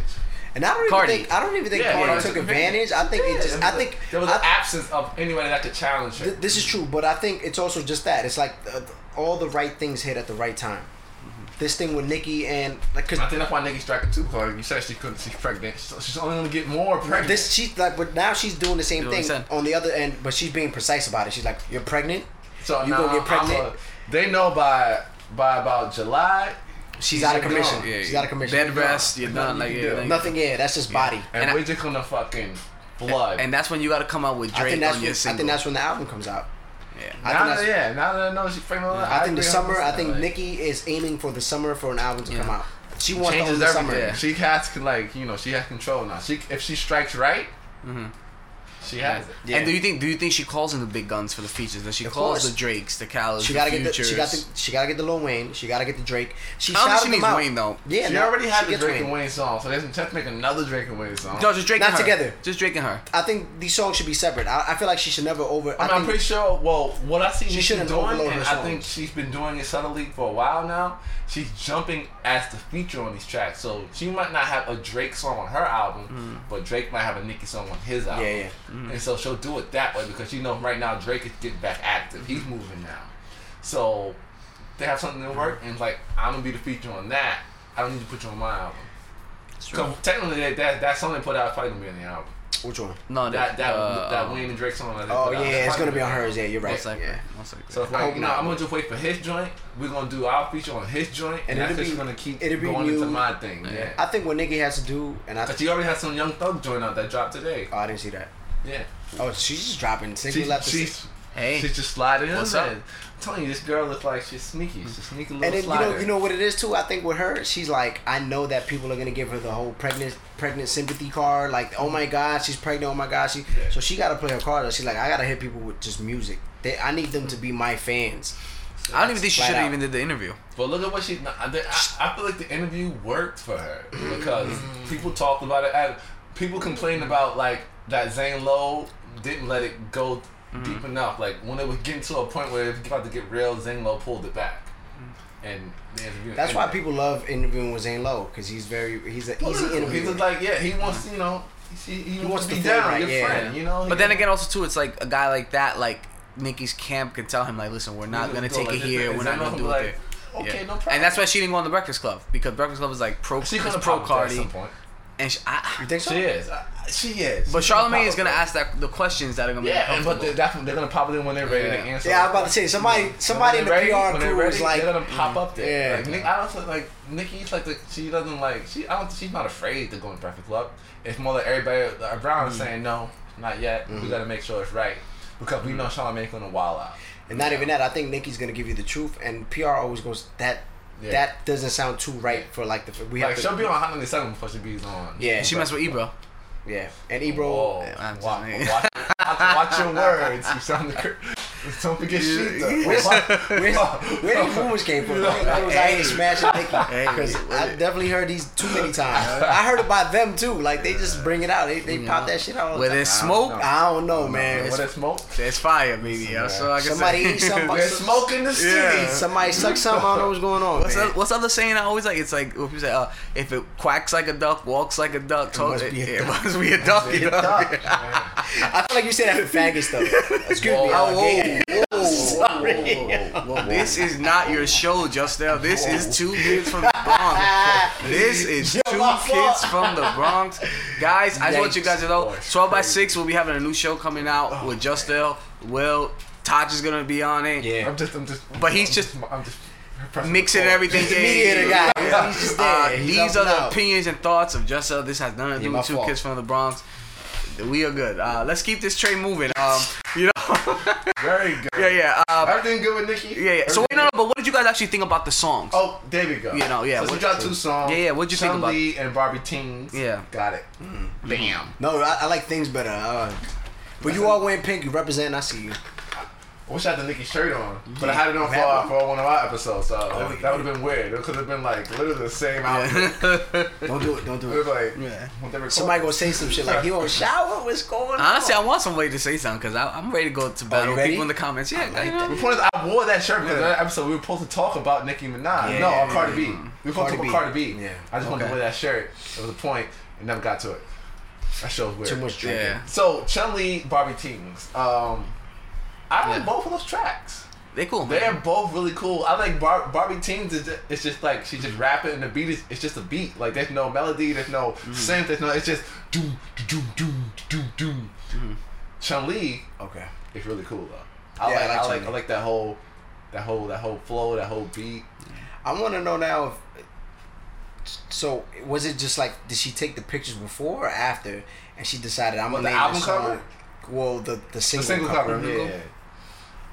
Speaker 5: and I don't even
Speaker 3: Cardi.
Speaker 5: think I don't even think
Speaker 4: Yeah,
Speaker 5: Cardi
Speaker 4: yeah,
Speaker 5: took
Speaker 4: yeah.
Speaker 5: advantage. I think it
Speaker 4: Yeah,
Speaker 5: just
Speaker 4: there
Speaker 5: I
Speaker 4: was a-
Speaker 5: think
Speaker 4: there was
Speaker 5: I-
Speaker 4: an absence of anybody that could challenge her.
Speaker 5: th- this is true, but I think it's also just that it's like uh, all the right things hit at the right time.
Speaker 3: Mm-hmm.
Speaker 5: This thing with Nikki and like
Speaker 4: I
Speaker 5: because
Speaker 4: think that's why niggas striking too. Because you said she couldn't. She's pregnant. So she's only gonna get more pregnant.
Speaker 5: this she's like, but now she's doing the same
Speaker 3: You know what I'm
Speaker 5: thing
Speaker 3: saying?
Speaker 5: on the other end, but she's being precise about it. She's like, "You're pregnant."
Speaker 4: so
Speaker 5: you
Speaker 4: now
Speaker 5: gonna get pregnant?
Speaker 4: I'm a- they know by by about July.
Speaker 5: She's out of commission.
Speaker 3: Yeah,
Speaker 5: She's out of commission.
Speaker 3: Bed rest. You're done.
Speaker 4: Nothing
Speaker 3: Like
Speaker 4: you can
Speaker 3: yeah,
Speaker 4: do.
Speaker 3: like-
Speaker 5: Nothing. Yeah, that's just body.
Speaker 4: And,
Speaker 3: And I-
Speaker 4: we're just gonna fucking flood.
Speaker 3: And that's when you got to come out with
Speaker 5: I
Speaker 3: Drake
Speaker 5: think that's
Speaker 3: on
Speaker 5: when,
Speaker 3: your
Speaker 5: I
Speaker 3: single.
Speaker 5: think that's when the album comes out.
Speaker 3: Yeah.
Speaker 5: I
Speaker 4: now
Speaker 5: think that's,
Speaker 4: that, yeah, now that I know she's pregnant,
Speaker 5: I think the
Speaker 4: agree
Speaker 5: summer. I
Speaker 4: 100%,
Speaker 5: think
Speaker 4: like,
Speaker 5: Nikki is aiming for the summer for an album to
Speaker 3: Yeah.
Speaker 5: come out. She wants to own
Speaker 4: changes
Speaker 5: the summer.
Speaker 4: everything.
Speaker 3: Yeah.
Speaker 4: She has like you know she has control now. She if she strikes right, she has it.
Speaker 5: Mm-hmm. Yeah.
Speaker 3: And do you think do you think she calls in the big guns for the features? That she
Speaker 5: Of
Speaker 3: calls
Speaker 5: course.
Speaker 3: the Drakes, the Khaled's,
Speaker 5: She
Speaker 3: the
Speaker 5: gotta get the. She got
Speaker 3: Futures.
Speaker 5: the. She gotta get the Lil Wayne. She gotta get the Drake. She
Speaker 3: I don't think
Speaker 5: shouted
Speaker 3: she
Speaker 5: them
Speaker 3: needs
Speaker 5: out.
Speaker 3: Wayne though.
Speaker 5: Yeah,
Speaker 4: she
Speaker 5: no,
Speaker 4: already had the
Speaker 5: gets
Speaker 4: Drake and Wayne song, so there's intent to make another Drake and Wayne song.
Speaker 3: No, just Drake and
Speaker 5: Not
Speaker 3: her.
Speaker 5: together.
Speaker 3: Just Drake and her.
Speaker 5: I think these songs should be separate. I, I feel like she should never over.
Speaker 4: I
Speaker 5: I
Speaker 4: mean, I'm
Speaker 5: think,
Speaker 4: pretty sure. Well, what I see she
Speaker 5: shouldn't
Speaker 4: doing,
Speaker 5: overload
Speaker 4: and
Speaker 5: her
Speaker 4: I think
Speaker 5: songs.
Speaker 4: she's been doing it subtly for a while now. She's jumping as the feature on these tracks, so she might not have a Drake song on her album, but Drake might have a Nicki song on his album.
Speaker 5: Mm. yeah. Mm.
Speaker 4: And so she'll do it that way because you know right now Drake is getting back active. He's
Speaker 5: Mm-hmm.
Speaker 4: moving now, so they have something to work. And it's like I'm gonna be the feature on that. I don't need to put you on my album. So technically, that, that that song they put out is probably gonna be on the album.
Speaker 5: Which one?
Speaker 3: No,
Speaker 4: That that
Speaker 3: uh,
Speaker 4: that Wayne and Drake song. that they
Speaker 5: Oh
Speaker 4: put out is
Speaker 5: yeah, it's
Speaker 4: probably
Speaker 5: gonna be on
Speaker 4: out.
Speaker 5: hers. Yeah, you're
Speaker 3: One
Speaker 5: right.
Speaker 3: second.
Speaker 5: Yeah.
Speaker 3: One second.
Speaker 4: So it's
Speaker 5: I
Speaker 4: like,
Speaker 5: hope
Speaker 4: no,
Speaker 5: not.
Speaker 4: I'm gonna just wait for his joint. We're gonna do our feature on his joint, and,
Speaker 5: And
Speaker 4: that's
Speaker 5: it'll
Speaker 4: just
Speaker 5: be-
Speaker 4: gonna keep
Speaker 5: it'll be
Speaker 4: going into
Speaker 5: new.
Speaker 4: my thing. Yeah.
Speaker 5: I think what Nikki has to do, and I.
Speaker 4: But she already has some Young Thug joint out that dropped today.
Speaker 5: Oh, I didn't see that.
Speaker 4: Yeah.
Speaker 5: Oh, she's just dropping
Speaker 4: She,
Speaker 5: single after single.
Speaker 4: she's
Speaker 3: Hey.
Speaker 4: she's just sliding in.
Speaker 3: What's
Speaker 4: What's
Speaker 3: up?
Speaker 4: I'm telling you, this girl looks like she's sneaky. She's a sneaky little
Speaker 5: And then you
Speaker 4: slider.
Speaker 5: know, you know what it is too. I think with her, she's like, I know that people are gonna give her the whole pregnant, pregnant sympathy card. Like, oh my god, she's pregnant. Oh my god, she.
Speaker 4: Mm-hmm. Yeah.
Speaker 5: So she gotta play her card. She's like, I gotta hit people with just music. They, I need them to be my fans.
Speaker 3: I don't even think she
Speaker 5: Flat
Speaker 3: should have
Speaker 5: out.
Speaker 3: even did the interview.
Speaker 4: But look at what she. I, I I feel like the interview worked for her because
Speaker 3: Mm.
Speaker 4: people talked about it. And people complained about like that Zane Lowe didn't let it go
Speaker 3: Mm.
Speaker 4: deep enough. Like when it was getting to a point where it was about to get real, Zane Lowe pulled it back.
Speaker 3: Mm.
Speaker 4: And the interview.
Speaker 5: That's why
Speaker 4: ended.
Speaker 5: people love interviewing with Zane Lowe because he's very he's an easy
Speaker 4: He
Speaker 5: interviewer.
Speaker 4: was like, yeah, he wants you know. He, he, wants
Speaker 5: wants
Speaker 4: to
Speaker 5: the
Speaker 4: be
Speaker 5: full
Speaker 4: down,
Speaker 5: right,
Speaker 4: your
Speaker 5: yeah.
Speaker 4: friend, you know.
Speaker 3: But then again, also too, it's like a guy like that, like Nikki's camp can tell him, like, listen, we're not gonna take it here. We're not gonna do it there. Yeah.
Speaker 4: Okay, no problem.
Speaker 3: And that's why she didn't go on the Breakfast Club because Breakfast Club is like pro,
Speaker 4: she
Speaker 3: it's
Speaker 4: could have
Speaker 3: pro
Speaker 4: pro at
Speaker 3: Cardi,
Speaker 4: some point.
Speaker 3: and she, I,
Speaker 5: You think so?
Speaker 4: She is. Uh, She is.
Speaker 3: but
Speaker 4: She's gonna
Speaker 3: Charlamagne is
Speaker 4: pop
Speaker 3: gonna
Speaker 4: up.
Speaker 3: ask that the questions that are gonna
Speaker 4: Yeah,
Speaker 3: be
Speaker 4: and but
Speaker 3: uncomfortable.
Speaker 4: they, that's when they're gonna pop in when they're ready to
Speaker 3: Yeah.
Speaker 4: answer.
Speaker 5: Yeah, I was about to say somebody, somebody in
Speaker 4: When
Speaker 5: the
Speaker 4: they're ready-
Speaker 5: PR
Speaker 4: when they're
Speaker 5: crew
Speaker 4: ready,
Speaker 5: was like,
Speaker 4: they're gonna pop up there.
Speaker 5: Yeah.
Speaker 4: Like, Nick, I don't feel like Nikki's like the, she doesn't like she I don't she's not afraid to go in Breakfast Club. It's more like everybody around
Speaker 5: Mm.
Speaker 4: is saying no, not yet. We
Speaker 5: Mm-hmm.
Speaker 4: gotta make sure it's right because we know Charlamagne gonna wild out.
Speaker 5: and not even that. I think Nikki's gonna give you the truth, and PR always goes that.
Speaker 4: Yeah.
Speaker 5: That doesn't sound too right for like the we have
Speaker 4: Like
Speaker 5: to.
Speaker 4: she'll be on 107 before she Oh. be on.
Speaker 5: yeah,
Speaker 3: she messed with Ebro.
Speaker 5: yeah, and Ebro.
Speaker 4: Whoa.
Speaker 3: I'm
Speaker 4: Watch,
Speaker 3: just
Speaker 4: watch,
Speaker 3: saying.
Speaker 4: watch
Speaker 5: [laughs]
Speaker 4: your words. You sound the. cur- Don't forget shit.
Speaker 5: Where's, where's,
Speaker 4: [laughs]
Speaker 5: where these rumors came from? I was out here smashing Nicki because I definitely heard these too many times. I heard about them too. Like they just bring it out. They, they pop that shit out. all the
Speaker 3: Where
Speaker 5: time.
Speaker 3: there's smoke,
Speaker 4: know.
Speaker 5: I don't know, man.
Speaker 4: What is smoke?
Speaker 3: there's fire, maybe. yo. So I can
Speaker 5: Somebody
Speaker 3: say-
Speaker 5: eat
Speaker 3: [laughs]
Speaker 5: some-
Speaker 4: There's smoke in the
Speaker 5: [laughs]
Speaker 4: city.
Speaker 3: Yeah.
Speaker 5: Somebody suck something. I don't know what's going on.
Speaker 3: What's,
Speaker 5: man.
Speaker 3: the, what's the other saying I always like? It's like what people say, uh, if it quacks like a duck, walks like a duck, talks,
Speaker 5: must
Speaker 3: it,
Speaker 5: be a
Speaker 3: it must be a duck. you know?
Speaker 5: [laughs] I feel like you said that with faggots though. Excuse me.
Speaker 4: Whoa.
Speaker 5: uh, gay.
Speaker 3: This is not your show, Justel. This is two kids from the
Speaker 5: [laughs]
Speaker 3: Bronx. This is two kids from the Bronx. Guys, I just want you guys to know,
Speaker 4: Yikes.
Speaker 3: 12 by 6, we'll be having a new show coming
Speaker 5: Oh,
Speaker 3: out with Justel. Will, Taj is going to be on it.
Speaker 5: Yeah.
Speaker 4: I'm just, I'm just.
Speaker 3: But he's
Speaker 4: I'm
Speaker 3: just
Speaker 4: I'm just pressing
Speaker 3: Mixing
Speaker 4: forward.
Speaker 5: [laughs]
Speaker 3: everything
Speaker 5: He's a
Speaker 3: in.
Speaker 5: mediator guy. He's just there.
Speaker 3: Uh,
Speaker 5: He's
Speaker 3: these
Speaker 5: helping
Speaker 3: are the
Speaker 5: out.
Speaker 3: opinions and thoughts of Justel. This has nothing to
Speaker 5: Yeah,
Speaker 3: do
Speaker 5: my
Speaker 3: with two
Speaker 5: fault.
Speaker 3: kids from the Bronx. We are good. Uh, let's keep this train moving. Um, you know,
Speaker 4: Very good.
Speaker 3: yeah, yeah, uh,
Speaker 4: Everything good with Nikki?
Speaker 3: yeah, yeah. So wait, no, no. But what did you guys actually think about the songs?
Speaker 4: Oh, there we go.
Speaker 3: You know, yeah,
Speaker 4: So we
Speaker 3: what-
Speaker 4: got two songs.
Speaker 3: Yeah, yeah, what'd you think
Speaker 4: Chun
Speaker 3: about-
Speaker 4: Lee and Barbie Teens.
Speaker 3: Yeah.
Speaker 4: Got it. Bam.
Speaker 5: No, I, I like things better. Uh, but you all wearing pink. You represent. I see you.
Speaker 4: I wish I had the Nikki shirt on, but I had it on for, uh, for one of our episodes, so
Speaker 3: Oh,
Speaker 4: that, would have been weird. It could have been like literally the same outfit.
Speaker 3: [laughs]
Speaker 5: Don't do it. Don't
Speaker 4: It
Speaker 5: do
Speaker 4: was
Speaker 5: it.
Speaker 4: like,
Speaker 3: Yeah.
Speaker 4: when they record-
Speaker 5: Somebody gonna say some shit like, "Yo, shower. What's going on?"
Speaker 3: Honestly, I want somebody to say something because I'm ready to go to battle with
Speaker 5: Oh, ready?
Speaker 3: people in the comments. Yeah, you know.
Speaker 4: The point is, I wore that shirt because that episode we were supposed to talk about Nicki Minaj.
Speaker 5: Yeah,
Speaker 4: no,
Speaker 5: yeah,
Speaker 4: or Cardi B. We were supposed
Speaker 5: Cardi
Speaker 4: to talk
Speaker 5: B.
Speaker 4: about Cardi B.
Speaker 5: Yeah.
Speaker 4: I just wanted to
Speaker 3: Okay.
Speaker 4: wear that shirt. It was a point, and never got to it. That show was weird.
Speaker 5: Too much drinking.
Speaker 3: Yeah,
Speaker 4: So Chun Li, Barbie Teens. Um, I like
Speaker 3: Yeah.
Speaker 4: both of those tracks.
Speaker 3: they cool.
Speaker 4: They're
Speaker 3: Man.
Speaker 4: both really cool. I like Bar- Barbie Teens. Is just, it's just like she's just rapping, and the beat is it's just a beat. Like there's no melody, there's no
Speaker 5: Mm-hmm.
Speaker 4: synth, there's no. It's just doom doom doom doom doom. Chun Li
Speaker 5: Okay.
Speaker 4: is really cool though. I
Speaker 5: Yeah, I
Speaker 4: like
Speaker 5: like
Speaker 4: I like,
Speaker 5: Chun-Li.
Speaker 4: I like that whole that whole that whole flow, that whole beat.
Speaker 5: I want to know now. If, so was it just like did she take the pictures before or after, and she decided I'm
Speaker 4: What,
Speaker 5: gonna
Speaker 4: the
Speaker 5: name
Speaker 4: album
Speaker 5: this song-
Speaker 4: cover?
Speaker 5: Well, the the
Speaker 4: The
Speaker 5: single,
Speaker 4: single cover. Yeah.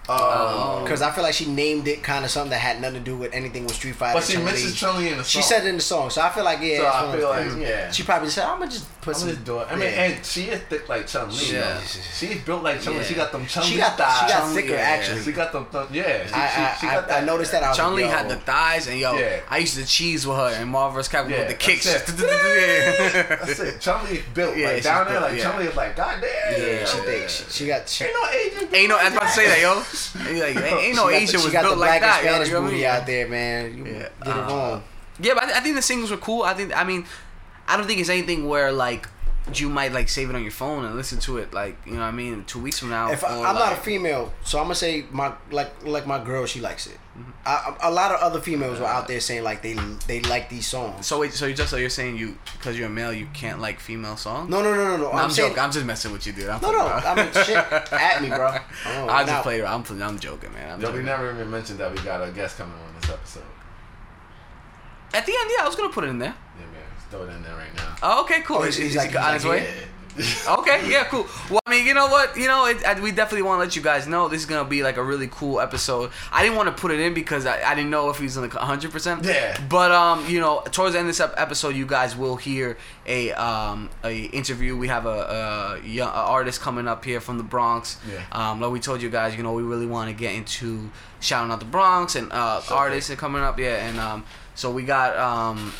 Speaker 4: Uh,
Speaker 5: Because I feel like she named it kind of something that had nothing to do with anything with Street Fighter.
Speaker 4: but she
Speaker 5: Chun-Li.
Speaker 4: mentions Chun Li in the song.
Speaker 5: She said it in the song, so I feel like yeah.
Speaker 4: So
Speaker 5: it's
Speaker 4: I
Speaker 5: one of
Speaker 4: feel
Speaker 5: those
Speaker 4: like,
Speaker 5: things.
Speaker 4: yeah.
Speaker 5: She probably said, "I'm gonna just put
Speaker 4: I'm
Speaker 5: some."
Speaker 4: just doing. I mean,
Speaker 5: yeah.
Speaker 4: and she is thick like Chun Li.
Speaker 3: Yeah.
Speaker 4: She's built like Chun Li.
Speaker 3: Yeah.
Speaker 4: She got them Chun Li
Speaker 5: she got
Speaker 4: thighs.
Speaker 5: she got
Speaker 3: Chun-Li,
Speaker 5: thicker
Speaker 3: yeah.
Speaker 5: actually.
Speaker 4: She got them. Th- yeah. She,
Speaker 5: I,
Speaker 4: she, she
Speaker 5: I,
Speaker 4: got
Speaker 5: I, I noticed that. I was
Speaker 3: Chun Li
Speaker 5: like,
Speaker 3: had
Speaker 5: yo.
Speaker 3: the thighs, and yo,
Speaker 4: Yeah.
Speaker 3: I used to cheese with her and Marvelous Capcom
Speaker 4: Yeah,
Speaker 3: with the kicks. [laughs]
Speaker 4: that's That's
Speaker 3: Yeah.
Speaker 4: it. Chun Li is built
Speaker 3: Yeah,
Speaker 4: like
Speaker 3: she's
Speaker 4: down there.
Speaker 3: built,
Speaker 4: Like
Speaker 3: yeah.
Speaker 4: Chun Li is like, God damn.
Speaker 5: Yeah, she thick. She, she got. She,
Speaker 4: Ain't no Asian.
Speaker 3: ain't no, I was about to say that, yo. Ain't,
Speaker 5: [laughs]
Speaker 3: like, ain't no
Speaker 5: she got the-
Speaker 3: Asian
Speaker 5: she
Speaker 3: was
Speaker 5: got the
Speaker 3: built like
Speaker 5: black and
Speaker 3: that. yo,
Speaker 5: Spanish
Speaker 3: you know what I
Speaker 5: booty
Speaker 3: mean?
Speaker 5: out there, man. You
Speaker 3: Yeah,
Speaker 5: did it
Speaker 3: uh,
Speaker 5: wrong.
Speaker 3: Yeah, but I, th- I think the singles were cool. I think I mean, I don't think it's anything where like you might like save it on your phone and listen to it like you know what I mean two weeks from now.
Speaker 5: If I,
Speaker 3: or,
Speaker 5: I'm not a
Speaker 3: like-
Speaker 5: female, so I'm gonna say my like like my girl, she likes it. I, a lot of other females were out there saying like they they like these songs.
Speaker 3: so wait, so you just so you're saying you because you're a male you can't like female songs?
Speaker 5: No, no, no, no, no.
Speaker 3: I'm,
Speaker 5: I'm, saying
Speaker 3: joking. I'm just messing with you, dude. I'm
Speaker 5: no, no. I mean,
Speaker 3: [laughs]
Speaker 5: shit, at me, bro. Oh,
Speaker 3: I just
Speaker 5: now-
Speaker 3: play. I'm I'm joking, man. I'm
Speaker 4: Yo, we
Speaker 3: joking.
Speaker 4: never even mentioned that we got a guest coming on this episode.
Speaker 3: At the end, yeah, I was gonna put it in there.
Speaker 4: Yeah, man. Just throw it in there right now.
Speaker 3: Oh, okay, cool.
Speaker 5: Oh, he's-
Speaker 3: Is-
Speaker 5: he's
Speaker 3: is
Speaker 5: like-
Speaker 3: he on
Speaker 5: he's
Speaker 3: his
Speaker 5: like,
Speaker 3: way.
Speaker 4: [laughs]
Speaker 3: Okay, yeah, cool. Well, I mean, you know what? You know, it, I, we definitely want to let you guys know this is gonna be like a really cool episode. I didn't want to put it in because I, I didn't know if he's gonna 100. percent
Speaker 4: Yeah.
Speaker 3: But um, you know, towards the end of this ep- episode, you guys will hear a um a interview. We have a, a young a artist coming up here from the Bronx.
Speaker 4: Yeah.
Speaker 3: Um, like we told you guys, you know, we really want to get into shouting out the Bronx and uh artists are coming up. Yeah, and um, so we got um.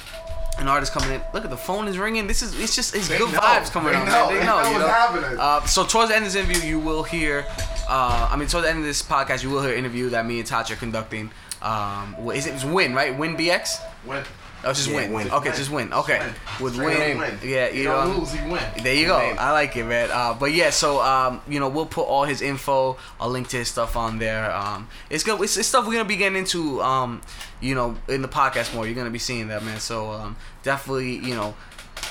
Speaker 3: An artist coming in. Look at the phone is ringing. This is it's just it's
Speaker 4: They
Speaker 3: good
Speaker 4: know.
Speaker 3: vibes coming
Speaker 4: They
Speaker 3: on.
Speaker 4: know.
Speaker 3: man. They
Speaker 4: They
Speaker 3: know.
Speaker 4: know
Speaker 3: you
Speaker 4: what's
Speaker 3: know?
Speaker 4: happening.
Speaker 3: Uh, so towards the end of this interview, you will hear. Uh, I mean, towards the end of this podcast, you will hear an interview that me and Tach are conducting. Um, wh- is it it's Win right? Win BX.
Speaker 4: When
Speaker 3: Oh, it's just
Speaker 5: Yeah,
Speaker 3: Win.
Speaker 5: Win.
Speaker 3: Okay, just Win. Okay, with Win. Yeah, you,
Speaker 4: you
Speaker 3: know. um,
Speaker 4: don't lose, you win.
Speaker 3: There you go. I like it, man. Uh, but yeah, so um, you know, we'll put all his info. I'll link to his stuff on there. Um, it's good. It's, it's stuff we're gonna be getting into. Um, you know, in the podcast more. You're gonna be seeing that, man. So um, definitely, you know,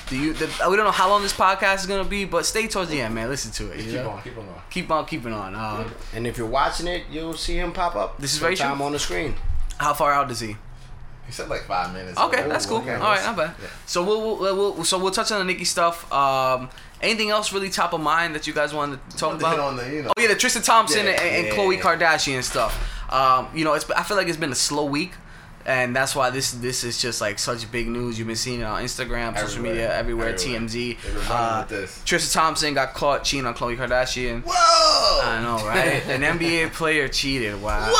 Speaker 3: Do you? The, we don't know how long this podcast is gonna be, but stay towards the end, man. Listen to it. You
Speaker 4: Keep
Speaker 3: know?
Speaker 4: on, keep on. going.
Speaker 3: Keep on keeping on. Um,
Speaker 5: And if you're watching it, you'll see him pop up.
Speaker 3: This is very
Speaker 5: sometime
Speaker 3: true.
Speaker 5: on the screen.
Speaker 3: how far out is he?
Speaker 4: He said like five minutes.
Speaker 3: Okay,
Speaker 4: Oh,
Speaker 3: that's cool.
Speaker 5: okay.
Speaker 3: All right, not bad.
Speaker 4: Yeah.
Speaker 3: So we'll, we'll, we'll so we'll touch on the Nikki stuff. Um, anything else really top of mind that you guys wanted to talk
Speaker 4: Wanted to hit
Speaker 3: about?
Speaker 4: on the, you know.
Speaker 3: Oh yeah, the Tristan Thompson and,
Speaker 4: Yeah,
Speaker 3: and
Speaker 4: yeah,
Speaker 3: Khloe
Speaker 4: yeah.
Speaker 3: Kardashian stuff. Um, you know, it's I feel like it's been a slow week, and that's why this this is just like such big news. You've been seeing it on Instagram, social
Speaker 4: Everywhere.
Speaker 3: media, everywhere,
Speaker 4: Everywhere.
Speaker 3: TMZ.
Speaker 4: They were running
Speaker 3: Uh,
Speaker 4: with this.
Speaker 3: Tristan Thompson got caught cheating on Khloe Kardashian.
Speaker 4: Whoa!
Speaker 3: I know,
Speaker 4: [laughs]
Speaker 3: right? An NBA player cheated. Wow.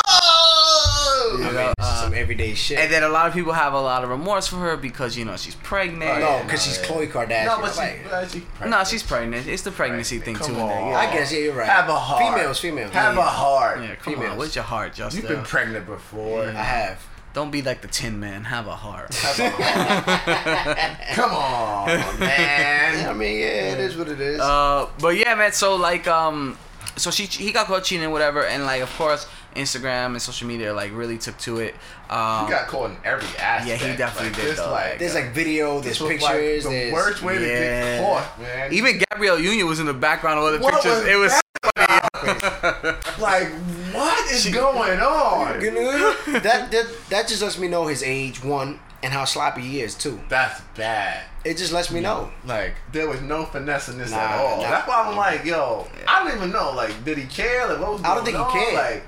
Speaker 4: Whoa!
Speaker 5: I
Speaker 3: You
Speaker 5: mean,
Speaker 3: know,
Speaker 5: it's just some everyday shit.
Speaker 3: And then a lot of people have a lot of remorse for her because you know she's pregnant.
Speaker 4: Oh,
Speaker 5: no,
Speaker 4: yeah,
Speaker 5: because
Speaker 4: no,
Speaker 5: she's
Speaker 4: yeah.
Speaker 5: Khloe Kardashian.
Speaker 4: No, but she,
Speaker 5: Like,
Speaker 4: but she
Speaker 3: No, she's pregnant. It's the pregnancy thing
Speaker 4: Come
Speaker 3: too.
Speaker 4: on.
Speaker 3: in there,
Speaker 5: I guess yeah, you're right.
Speaker 4: Have a heart.
Speaker 5: Females, females.
Speaker 4: Have
Speaker 5: Yeah.
Speaker 4: a heart.
Speaker 3: Yeah, yeah come on.
Speaker 5: Females.
Speaker 3: What's your heart, Justin?
Speaker 4: You've been pregnant before.
Speaker 5: I have.
Speaker 3: Don't be like the Tin Man. Have a heart. [laughs]
Speaker 4: Come on, man.
Speaker 5: I mean, yeah, it is what it is.
Speaker 3: uh, but yeah, man. So like, um, so she he got caught cheating, whatever, and like, of course, Instagram and social media like really took to it. Um,
Speaker 4: You got caught in every aspect.
Speaker 3: Yeah, he definitely
Speaker 4: like,
Speaker 3: did,
Speaker 4: Just
Speaker 3: though.
Speaker 4: like
Speaker 5: there's like video,
Speaker 4: this
Speaker 5: there's
Speaker 4: was, like,
Speaker 5: pictures,
Speaker 4: the
Speaker 5: there's
Speaker 4: worst way to
Speaker 3: Yeah.
Speaker 4: get caught, man.
Speaker 3: even Gabrielle Union was in the background of other
Speaker 4: What
Speaker 3: pictures.
Speaker 4: was
Speaker 3: it was.
Speaker 4: like, what is
Speaker 3: [laughs]
Speaker 4: going on? [laughs]
Speaker 5: that, that that just lets me know his age one and how sloppy he is too.
Speaker 4: That's bad.
Speaker 5: It just lets me know.
Speaker 4: Like there was no finesse in this
Speaker 5: Nah,
Speaker 4: at all.
Speaker 5: nah.
Speaker 4: That's why I'm like, yo, I don't even know. Like, did he care? Like, what was
Speaker 5: I don't
Speaker 4: going
Speaker 5: think he
Speaker 4: on?
Speaker 5: cared.
Speaker 4: Like,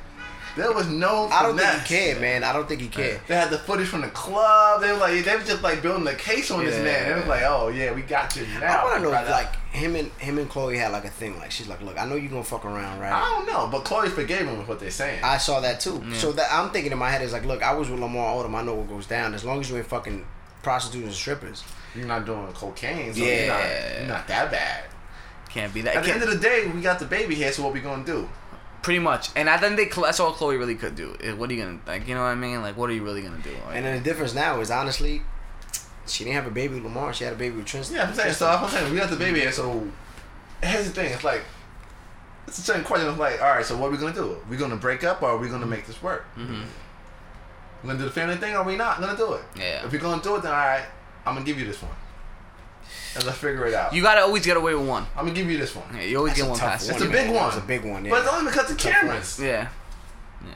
Speaker 4: there was no.
Speaker 5: I don't think
Speaker 4: finesse.
Speaker 5: he cared, man. I don't think he cared.
Speaker 4: They had the footage from the club. They were like, they were just like building the case on this
Speaker 3: Yeah.
Speaker 4: man. It was like, oh yeah, we got you now.
Speaker 5: I want to know if
Speaker 4: brother.
Speaker 5: like him and him and Chloe had like a thing. Like she's like, look, I know you gonna fuck around,
Speaker 4: I
Speaker 5: right?
Speaker 4: don't know, but Chloe forgave him with what they're saying.
Speaker 5: I saw that too. So that I'm thinking in my head is like, look, I was with Lamar Odom. I know what goes down. As long as you ain't fucking prostitutes and strippers.
Speaker 4: you're not doing cocaine, so you're,
Speaker 5: Yeah.
Speaker 4: not, you're not that bad.
Speaker 3: Can't be that.
Speaker 4: At the
Speaker 3: Can't-
Speaker 4: end of the day, we got the baby here, so what we gonna do?
Speaker 3: Pretty much, and I think they, that's all Chloe really could do. Eh, What are you gonna like? You know what I mean? Like, what are you really gonna do? Like,
Speaker 5: And then the difference now is honestly, she didn't have a baby with Lamar. She had a baby with Tristan.
Speaker 4: Yeah, I'm saying. So I'm saying we got the baby here, so here's the thing. It's like it's a certain question. It's like, all right, so what are we gonna do? we gonna break up, or are we gonna make this work?
Speaker 3: Mhm.
Speaker 4: we gonna do the family thing, or we not gonna do it?
Speaker 3: Yeah.
Speaker 4: If we're gonna do it, then all right, I'm gonna give you this one, and let's figure it out.
Speaker 3: you gotta always get away with one.
Speaker 4: I'm gonna give you this one.
Speaker 3: Yeah, you always
Speaker 5: That's
Speaker 3: get
Speaker 5: a
Speaker 3: one
Speaker 5: tough
Speaker 3: pass.
Speaker 5: one,
Speaker 4: It's a
Speaker 5: man.
Speaker 4: big one.
Speaker 5: It's a big one. Yeah.
Speaker 4: But it's only because of cameras.
Speaker 3: Yeah.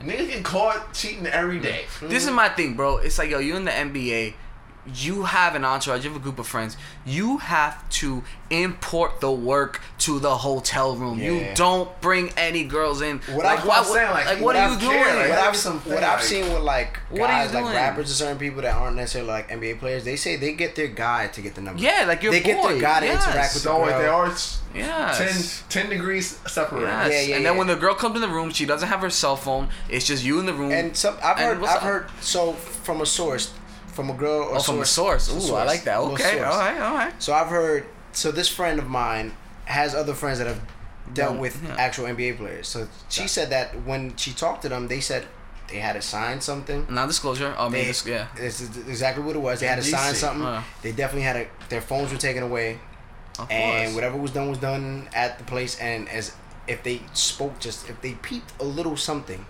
Speaker 4: Niggas get caught cheating every day.
Speaker 3: This is my thing, bro. It's like, yo, you're in the NBA. You have an entourage. You have a group of friends. You have to import the work to the hotel room. You
Speaker 5: Yeah.
Speaker 3: don't bring any girls in.
Speaker 5: What I-
Speaker 3: why
Speaker 5: I'm
Speaker 3: would-
Speaker 4: saying, like,
Speaker 3: what
Speaker 4: what
Speaker 3: are
Speaker 4: I
Speaker 3: you
Speaker 4: care,
Speaker 3: doing?
Speaker 4: like,
Speaker 5: what
Speaker 4: Have
Speaker 5: I've,
Speaker 4: something,
Speaker 5: what I've
Speaker 4: like-
Speaker 5: seen with like guys,
Speaker 3: What are you
Speaker 5: like
Speaker 3: doing?
Speaker 5: rappers and certain people that aren't necessarily like NBA players, they say they get their guy to get the number.
Speaker 3: yeah, like your
Speaker 5: They
Speaker 3: boy.
Speaker 5: get their guy to
Speaker 3: yes.
Speaker 5: interact with
Speaker 4: So
Speaker 5: Bro.
Speaker 4: they are s-
Speaker 3: Yes.
Speaker 4: 10, 10 degrees separated.
Speaker 3: Yes.
Speaker 5: Yeah, yeah,
Speaker 3: and then
Speaker 5: yeah.
Speaker 3: when the girl comes in the room, she doesn't have her cell phone. It's just you in the room.
Speaker 5: And some I've
Speaker 3: And
Speaker 5: heard
Speaker 3: what's
Speaker 5: I've
Speaker 3: up?
Speaker 5: heard so from a source, from a girl or
Speaker 3: Oh, from a source. Ooh, I like that.
Speaker 5: From a
Speaker 3: Okay,
Speaker 5: source.
Speaker 3: all right, all right.
Speaker 5: So I've heard. So this friend of mine has other friends that have dealt
Speaker 3: Mm,
Speaker 5: with
Speaker 3: yeah.
Speaker 5: actual NBA players. So she said that when she talked to them, they said they had to sign something.
Speaker 3: Non-disclosure. Oh, I mean,
Speaker 5: They,
Speaker 3: dis- yeah.
Speaker 5: This is exactly what it was. They had to
Speaker 4: Indecent.
Speaker 5: sign something.
Speaker 3: Yeah.
Speaker 5: They definitely had a, their phones were taken away,
Speaker 3: Of
Speaker 5: and
Speaker 3: course.
Speaker 5: whatever was done was done at the place. And as if they spoke, just if they peeped a little something,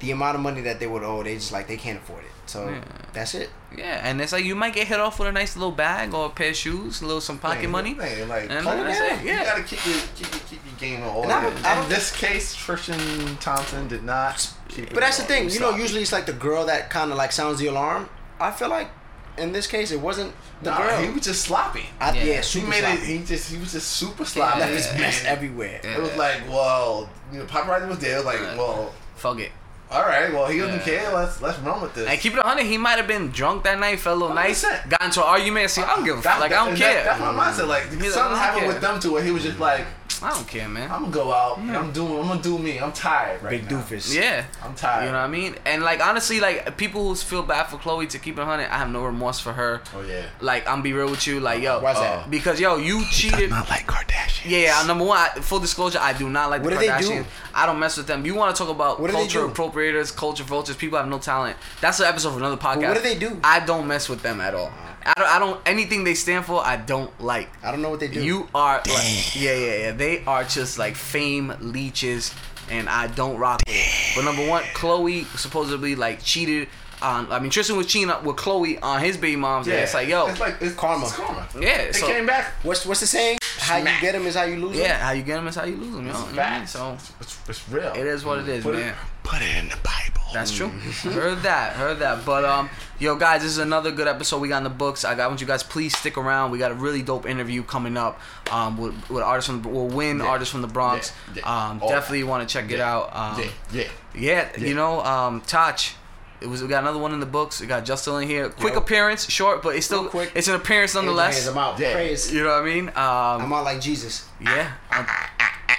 Speaker 5: the amount of money that they would owe, they just like they can't afford it. So
Speaker 3: Yeah.
Speaker 5: that's it.
Speaker 3: Yeah, and it's like you might get hit off with a nice little bag or a pair of shoes, a little some pocket
Speaker 4: Man,
Speaker 3: money.
Speaker 4: man, like,
Speaker 3: And
Speaker 4: call it
Speaker 3: that's
Speaker 4: out.
Speaker 3: it,
Speaker 4: You
Speaker 3: yeah.
Speaker 4: gotta keep your, keep your, keep your game on order.
Speaker 5: And I don't- I don't-
Speaker 4: In this case, Tristan Thompson did not. keep it
Speaker 5: But that's the
Speaker 4: on.
Speaker 5: thing, you know.
Speaker 4: Sorry.
Speaker 5: Usually, it's like the girl that kind of like sounds the alarm. I feel like in this case, it wasn't the
Speaker 4: Nah,
Speaker 5: girl.
Speaker 4: he was just sloppy.
Speaker 5: I, yeah,
Speaker 3: Yeah.
Speaker 4: He
Speaker 5: super
Speaker 4: made
Speaker 5: sloppy.
Speaker 4: it. He just he was just super sloppy.
Speaker 5: left his
Speaker 4: And
Speaker 5: mess everywhere.
Speaker 3: Yeah.
Speaker 4: It was like, well, you know, paparazzi was there. It was like,
Speaker 3: Yeah.
Speaker 4: well,
Speaker 3: Fuck it.
Speaker 4: all right, well, he doesn't
Speaker 3: Yeah.
Speaker 4: care. Let's let's run with this.
Speaker 3: And keep it 100, he might have been drunk that night, felt a little nice,
Speaker 4: 100%.
Speaker 3: got into an argument, and said, I don't give a fuck.
Speaker 4: That-
Speaker 3: Like,
Speaker 4: that-
Speaker 3: I don't
Speaker 4: and
Speaker 3: care.
Speaker 4: That, that's my mindset. Like
Speaker 3: like, I
Speaker 4: something
Speaker 3: don't
Speaker 4: happened
Speaker 3: care.
Speaker 4: with them to where he was just like,
Speaker 3: I don't care, man.
Speaker 4: I'm gonna go out. and I'm doing. I'm gonna do me. I'm tired right
Speaker 5: Big
Speaker 4: now.
Speaker 5: doofus.
Speaker 3: yeah.
Speaker 4: I'm tired.
Speaker 3: You know what I mean? And, like, honestly, like, people who feel bad for Chloe to keep it 100, I have no remorse for her.
Speaker 4: Oh yeah.
Speaker 3: Like, I'm be real with you. Like, yo. uh,
Speaker 5: Why's that?
Speaker 3: Because, yo, you cheated.
Speaker 4: like Kardashian.
Speaker 3: Yeah, number one, I, full disclosure, I do not like
Speaker 5: What
Speaker 3: the
Speaker 5: do they
Speaker 3: Kardashians.
Speaker 5: do?
Speaker 3: I don't mess with them. You want to talk about
Speaker 5: What do they
Speaker 3: culture
Speaker 5: do?
Speaker 3: appropriators, culture vultures? People have no talent. That's an episode for another podcast.
Speaker 5: what do they do?
Speaker 3: I don't mess with them at all. I don't. I don't anything they stand for. I don't like.
Speaker 5: I don't know what they do.
Speaker 3: You are like, yeah, yeah, yeah. They are just like fame leeches, and I don't rock with it. But number one, Chloe supposedly like cheated on. I mean, Tristan was cheating up with Chloe on his baby mom's. Yeah, it's like yo,
Speaker 4: it's like it's
Speaker 5: Karma.
Speaker 4: It's karma.
Speaker 3: Yeah,
Speaker 4: it
Speaker 3: so-
Speaker 4: came back.
Speaker 5: What's what's the saying? How you
Speaker 4: Smack.
Speaker 5: get him is how you lose
Speaker 3: yeah,
Speaker 5: him.
Speaker 3: how you get them is how you lose them. Yo. You know what I mean?
Speaker 4: Facts.
Speaker 3: So
Speaker 4: it's, it's real.
Speaker 3: it is what it is,
Speaker 4: Put
Speaker 3: man.
Speaker 4: it, put it in the Bible.
Speaker 3: That's
Speaker 4: [laughs]
Speaker 3: true. heard that. Heard that. But um, yo guys, this is another good episode we got in the books. I, I want you guys please stick around. We got a really dope interview coming up. Um, with, with artists from will win artists from the Bronx.
Speaker 4: Yeah. Yeah.
Speaker 3: Um,
Speaker 4: All
Speaker 3: definitely
Speaker 4: that.
Speaker 3: want to check it
Speaker 4: Yeah.
Speaker 3: out. Um,
Speaker 4: yeah, yeah.
Speaker 3: yeah,
Speaker 4: Yeah.
Speaker 3: you know, um, Toch. It was we got another one in the books. We got Justin in here. Quick
Speaker 5: Yep.
Speaker 3: appearance, short, but it's still
Speaker 5: Real quick.
Speaker 3: It's an appearance
Speaker 5: Hands,
Speaker 3: nonetheless.
Speaker 5: I'm out.
Speaker 4: Yeah.
Speaker 5: Praise.
Speaker 3: You know what I mean? Um,
Speaker 5: I'm out like Jesus.
Speaker 3: yeah.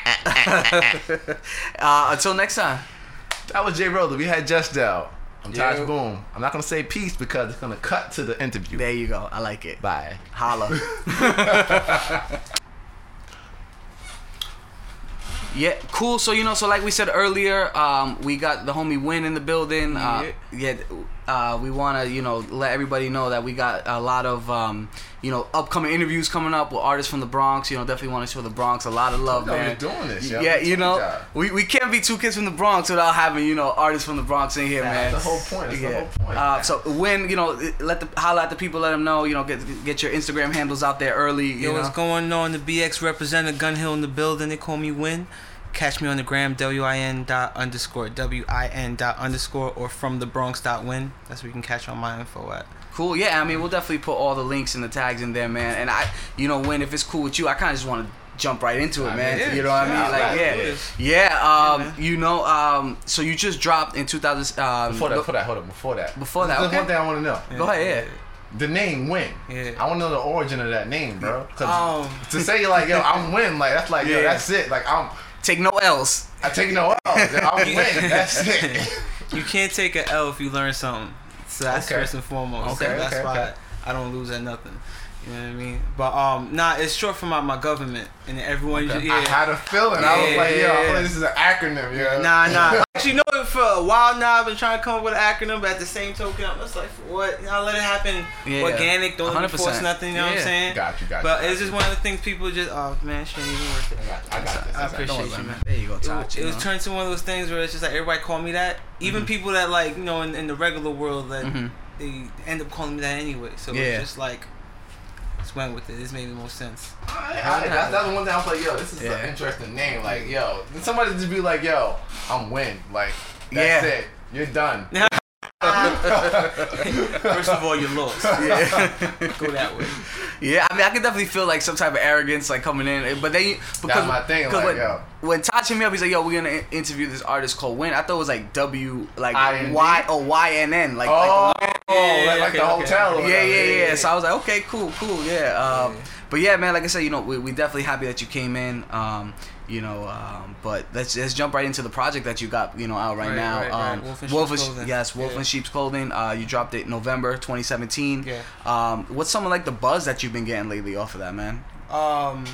Speaker 3: uh, [laughs] until next time.
Speaker 4: That was Jay Roller. We had Just Dell. I'm
Speaker 5: Yeah.
Speaker 4: Taj Boom. I'm not gonna say peace because it's gonna cut to the interview.
Speaker 3: There you go. I like it.
Speaker 4: Bye. [laughs]
Speaker 3: Holla. yeah, cool. So you know, so like we said earlier, um, we got the homie Win in the building. Uh, yeah, uh, we want to you know let everybody know that we got a lot of um, you know upcoming interviews coming up with artists from the Bronx. You know, definitely want to show the Bronx a lot of love,
Speaker 4: y'all
Speaker 3: man.
Speaker 4: been doing this,
Speaker 3: yeah,
Speaker 4: y'all been
Speaker 3: you
Speaker 4: doing
Speaker 3: know,
Speaker 4: that.
Speaker 3: we, we can't be two kids from the Bronx without having you know artists from the Bronx in here, man.
Speaker 4: That's the whole point. That's the whole point.
Speaker 3: Uh, so when you know, let the holla at the people, let them know. You know, get get your Instagram handles out there early. You
Speaker 6: Yo,
Speaker 3: know?
Speaker 6: what's going on? The BX representative Gun Hill in the building. They call me Win. Catch me on the gram win dot underscore win dot underscore or from the Bronx dot win. That's where you can catch all my info at.
Speaker 3: Cool. Yeah, I mean, we'll definitely put all the links and the tags in there, man. And I, you know, when if it's cool with you, I kind of just want to jump right into it, man.
Speaker 6: yeah,
Speaker 3: you know what
Speaker 6: yeah,
Speaker 3: I mean? Like,
Speaker 6: right,
Speaker 3: yeah,
Speaker 6: it is.
Speaker 3: yeah. Um, you know, um, so you just dropped in 2000. Um,
Speaker 4: Before that,
Speaker 3: look-
Speaker 4: before that, hold up. Before that.
Speaker 3: Before that,
Speaker 4: There's
Speaker 3: okay.
Speaker 4: one thing I want to know.
Speaker 3: go ahead. Yeah.
Speaker 4: The name Win.
Speaker 6: Yeah.
Speaker 4: I want to know the origin of that name, bro. 'Cause
Speaker 6: Oh.
Speaker 4: To say like yo, I'm Win, like that's like yo,
Speaker 3: Um. [laughs] Yeah.
Speaker 4: that's it. Like I'm,
Speaker 3: Take no L's.
Speaker 4: I take no L.
Speaker 3: [laughs]
Speaker 4: I'm Win. That's it.
Speaker 6: You can't take an L if you learn something. So that's
Speaker 4: Okay.
Speaker 6: first and foremost.
Speaker 4: Okay,
Speaker 6: So that's
Speaker 4: okay,
Speaker 6: why
Speaker 4: okay.
Speaker 6: I don't lose at nothing. You know what I mean? But um, nah, it's short for my, my government and everyone. ju-
Speaker 4: I
Speaker 6: yeah.
Speaker 4: had a feeling. I was
Speaker 6: Yeah,
Speaker 4: like, yo,
Speaker 6: yeah,
Speaker 4: I feel
Speaker 6: yeah.
Speaker 4: like this is an acronym, yo.
Speaker 6: Nah, nah. Actually, you know it for a while now. I've been trying to come up with an acronym, but at the same token, I'm just like, for what? Y'all let it happen
Speaker 3: Yeah.
Speaker 6: organic. Don't let me
Speaker 3: 100%.
Speaker 6: force nothing. You know what
Speaker 3: Yeah.
Speaker 6: I'm saying?
Speaker 4: Got you, got you,
Speaker 6: But
Speaker 4: got
Speaker 6: it's just one of the things people just, oh man, shit ain't even worth it.
Speaker 4: I got- I got this.
Speaker 6: I
Speaker 4: I got this.
Speaker 6: appreciate
Speaker 3: Don't worry
Speaker 6: you,
Speaker 3: about it,
Speaker 6: man.
Speaker 3: man. There you go,
Speaker 6: It,
Speaker 3: Todd.
Speaker 6: it was turned to one of those things where it's just like everybody call me that.
Speaker 3: Mm-hmm.
Speaker 6: Even people that like you know in, in the regular world that
Speaker 3: Mhm.
Speaker 6: they end up calling me that anyway. So
Speaker 3: Yeah.
Speaker 6: it's just like just went with it. This made the most sense.
Speaker 4: I, I, that's, that's the one thing I was like, yo, this is
Speaker 3: Yeah.
Speaker 4: an interesting name. Like, yo, did somebody just be like, yo, I'm win. Like, that's
Speaker 3: Yeah.
Speaker 4: it. You're done.
Speaker 6: First of all, you lost.
Speaker 3: Yeah.
Speaker 6: [laughs]
Speaker 3: [laughs]
Speaker 6: Go that way.
Speaker 3: Yeah, I mean, I can definitely feel like some type of arrogance like coming in, but then you- because
Speaker 4: my thing,
Speaker 3: because
Speaker 4: like,
Speaker 3: when,
Speaker 4: yo.
Speaker 3: when Todd hit me up, he's like, "Yo, we're gonna in- interview this artist called Win." I thought it was like W, like
Speaker 4: IND?
Speaker 3: Y or Y N N, like, like
Speaker 4: Oh,
Speaker 6: yeah,
Speaker 4: like,
Speaker 6: Oh, yeah,
Speaker 4: like the
Speaker 6: okay, okay.
Speaker 4: hotel. or
Speaker 3: yeah,
Speaker 4: whatever.
Speaker 3: yeah, yeah, So I was like, okay, cool, cool, yeah. Um, But yeah, man, like I said, you know, we we definitely happy that you came in. Um, you know, um, but let's let's jump right into the project that you got, you know, out right,
Speaker 6: Right,
Speaker 3: now.
Speaker 6: right, right.
Speaker 3: um,
Speaker 6: Wolf in Sheep's Clothing.
Speaker 3: yes, Wolf
Speaker 6: Yeah.
Speaker 3: and Sheep's Clothing. Uh, you dropped it November 2017.
Speaker 6: Yeah.
Speaker 3: Um, what's some of like the buzz that you've been getting lately off of that, man?
Speaker 6: Um,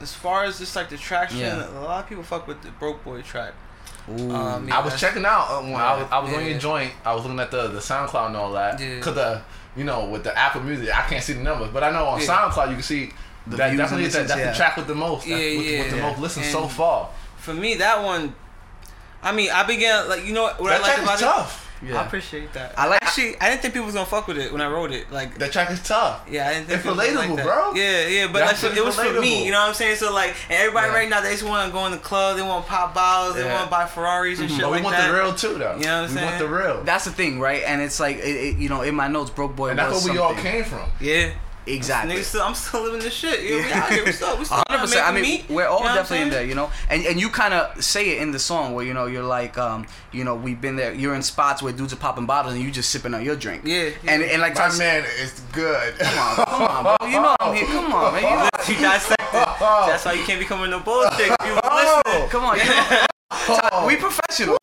Speaker 6: as far as just like the traction,
Speaker 3: Yeah.
Speaker 6: a lot of people fuck with the broke boy track.
Speaker 3: Ooh.
Speaker 6: Um,
Speaker 4: I was
Speaker 6: that's-
Speaker 4: checking out uh, when I was, I was on
Speaker 6: Yeah.
Speaker 4: your joint. I was looking at the, the SoundCloud and all that.
Speaker 6: Yeah.
Speaker 4: Because, uh, you know, with the Apple Music, I can't see the numbers. But I know on
Speaker 6: Yeah.
Speaker 4: SoundCloud, you can see
Speaker 3: The
Speaker 4: that
Speaker 3: views
Speaker 4: definitely
Speaker 3: and
Speaker 4: that, that's
Speaker 3: listens, yeah.
Speaker 4: the track with the most. That's
Speaker 6: Yeah,
Speaker 4: with, with the
Speaker 6: yeah.
Speaker 4: most listens so
Speaker 6: And-
Speaker 4: far.
Speaker 6: For me, that one. I mean, I began like you know what
Speaker 4: That
Speaker 6: I like
Speaker 4: track
Speaker 6: about
Speaker 4: is tough.
Speaker 6: it.
Speaker 3: Yeah.
Speaker 6: I appreciate that.
Speaker 3: I
Speaker 6: I
Speaker 3: like-
Speaker 6: like actually. I didn't think people was gonna fuck with it when I wrote it. Like
Speaker 4: That track is tough.
Speaker 6: Yeah, I didn't think
Speaker 4: It's
Speaker 6: people would
Speaker 4: relatable,
Speaker 6: like that.
Speaker 4: bro.
Speaker 6: Yeah, yeah, but
Speaker 4: That
Speaker 6: like, so
Speaker 4: shit
Speaker 6: it was for
Speaker 4: relatable.
Speaker 6: me. You know what I'm saying? So like, and everybody
Speaker 3: Yeah.
Speaker 6: right now, they just want to go in the club. They want to pop bottles. They
Speaker 3: Yeah.
Speaker 6: want to buy Ferraris and shit
Speaker 4: But
Speaker 6: like
Speaker 4: we Mm-hmm. want
Speaker 6: that.
Speaker 4: the real too, though.
Speaker 6: You know what I'm
Speaker 4: we want
Speaker 6: saying?
Speaker 4: the real.
Speaker 3: That's the thing, right? And it's like, it, it, you know, in my notes, broke boy.
Speaker 4: and that's where
Speaker 3: was
Speaker 4: we all
Speaker 3: something.
Speaker 4: came from.
Speaker 6: yeah.
Speaker 3: Exactly.
Speaker 6: Niggas, still, I'm still living this shit. You know, we out here. We still, we still
Speaker 3: hundred
Speaker 6: out
Speaker 3: percent. I
Speaker 6: making
Speaker 3: mean,
Speaker 6: meat.
Speaker 3: we're all
Speaker 6: You know what I'm
Speaker 3: definitely in there,
Speaker 6: saying?
Speaker 3: you know. And and you kind of say it in the song where you know you're like, um, you know, we've been there. You're in spots where dudes are popping bottles and you just sipping on your drink.
Speaker 6: Yeah,
Speaker 3: And and like
Speaker 4: My
Speaker 3: Tosh-
Speaker 4: man is good.
Speaker 3: Come
Speaker 4: [laughs]
Speaker 3: on, come on, bro. You know I'm here. Come on, man.
Speaker 6: [laughs]
Speaker 3: You know,
Speaker 6: You dissect it. That's why you can't be coming no bullshit. If you were
Speaker 4: Oh.
Speaker 6: listening.
Speaker 3: come on. You know, Tosh, we professional.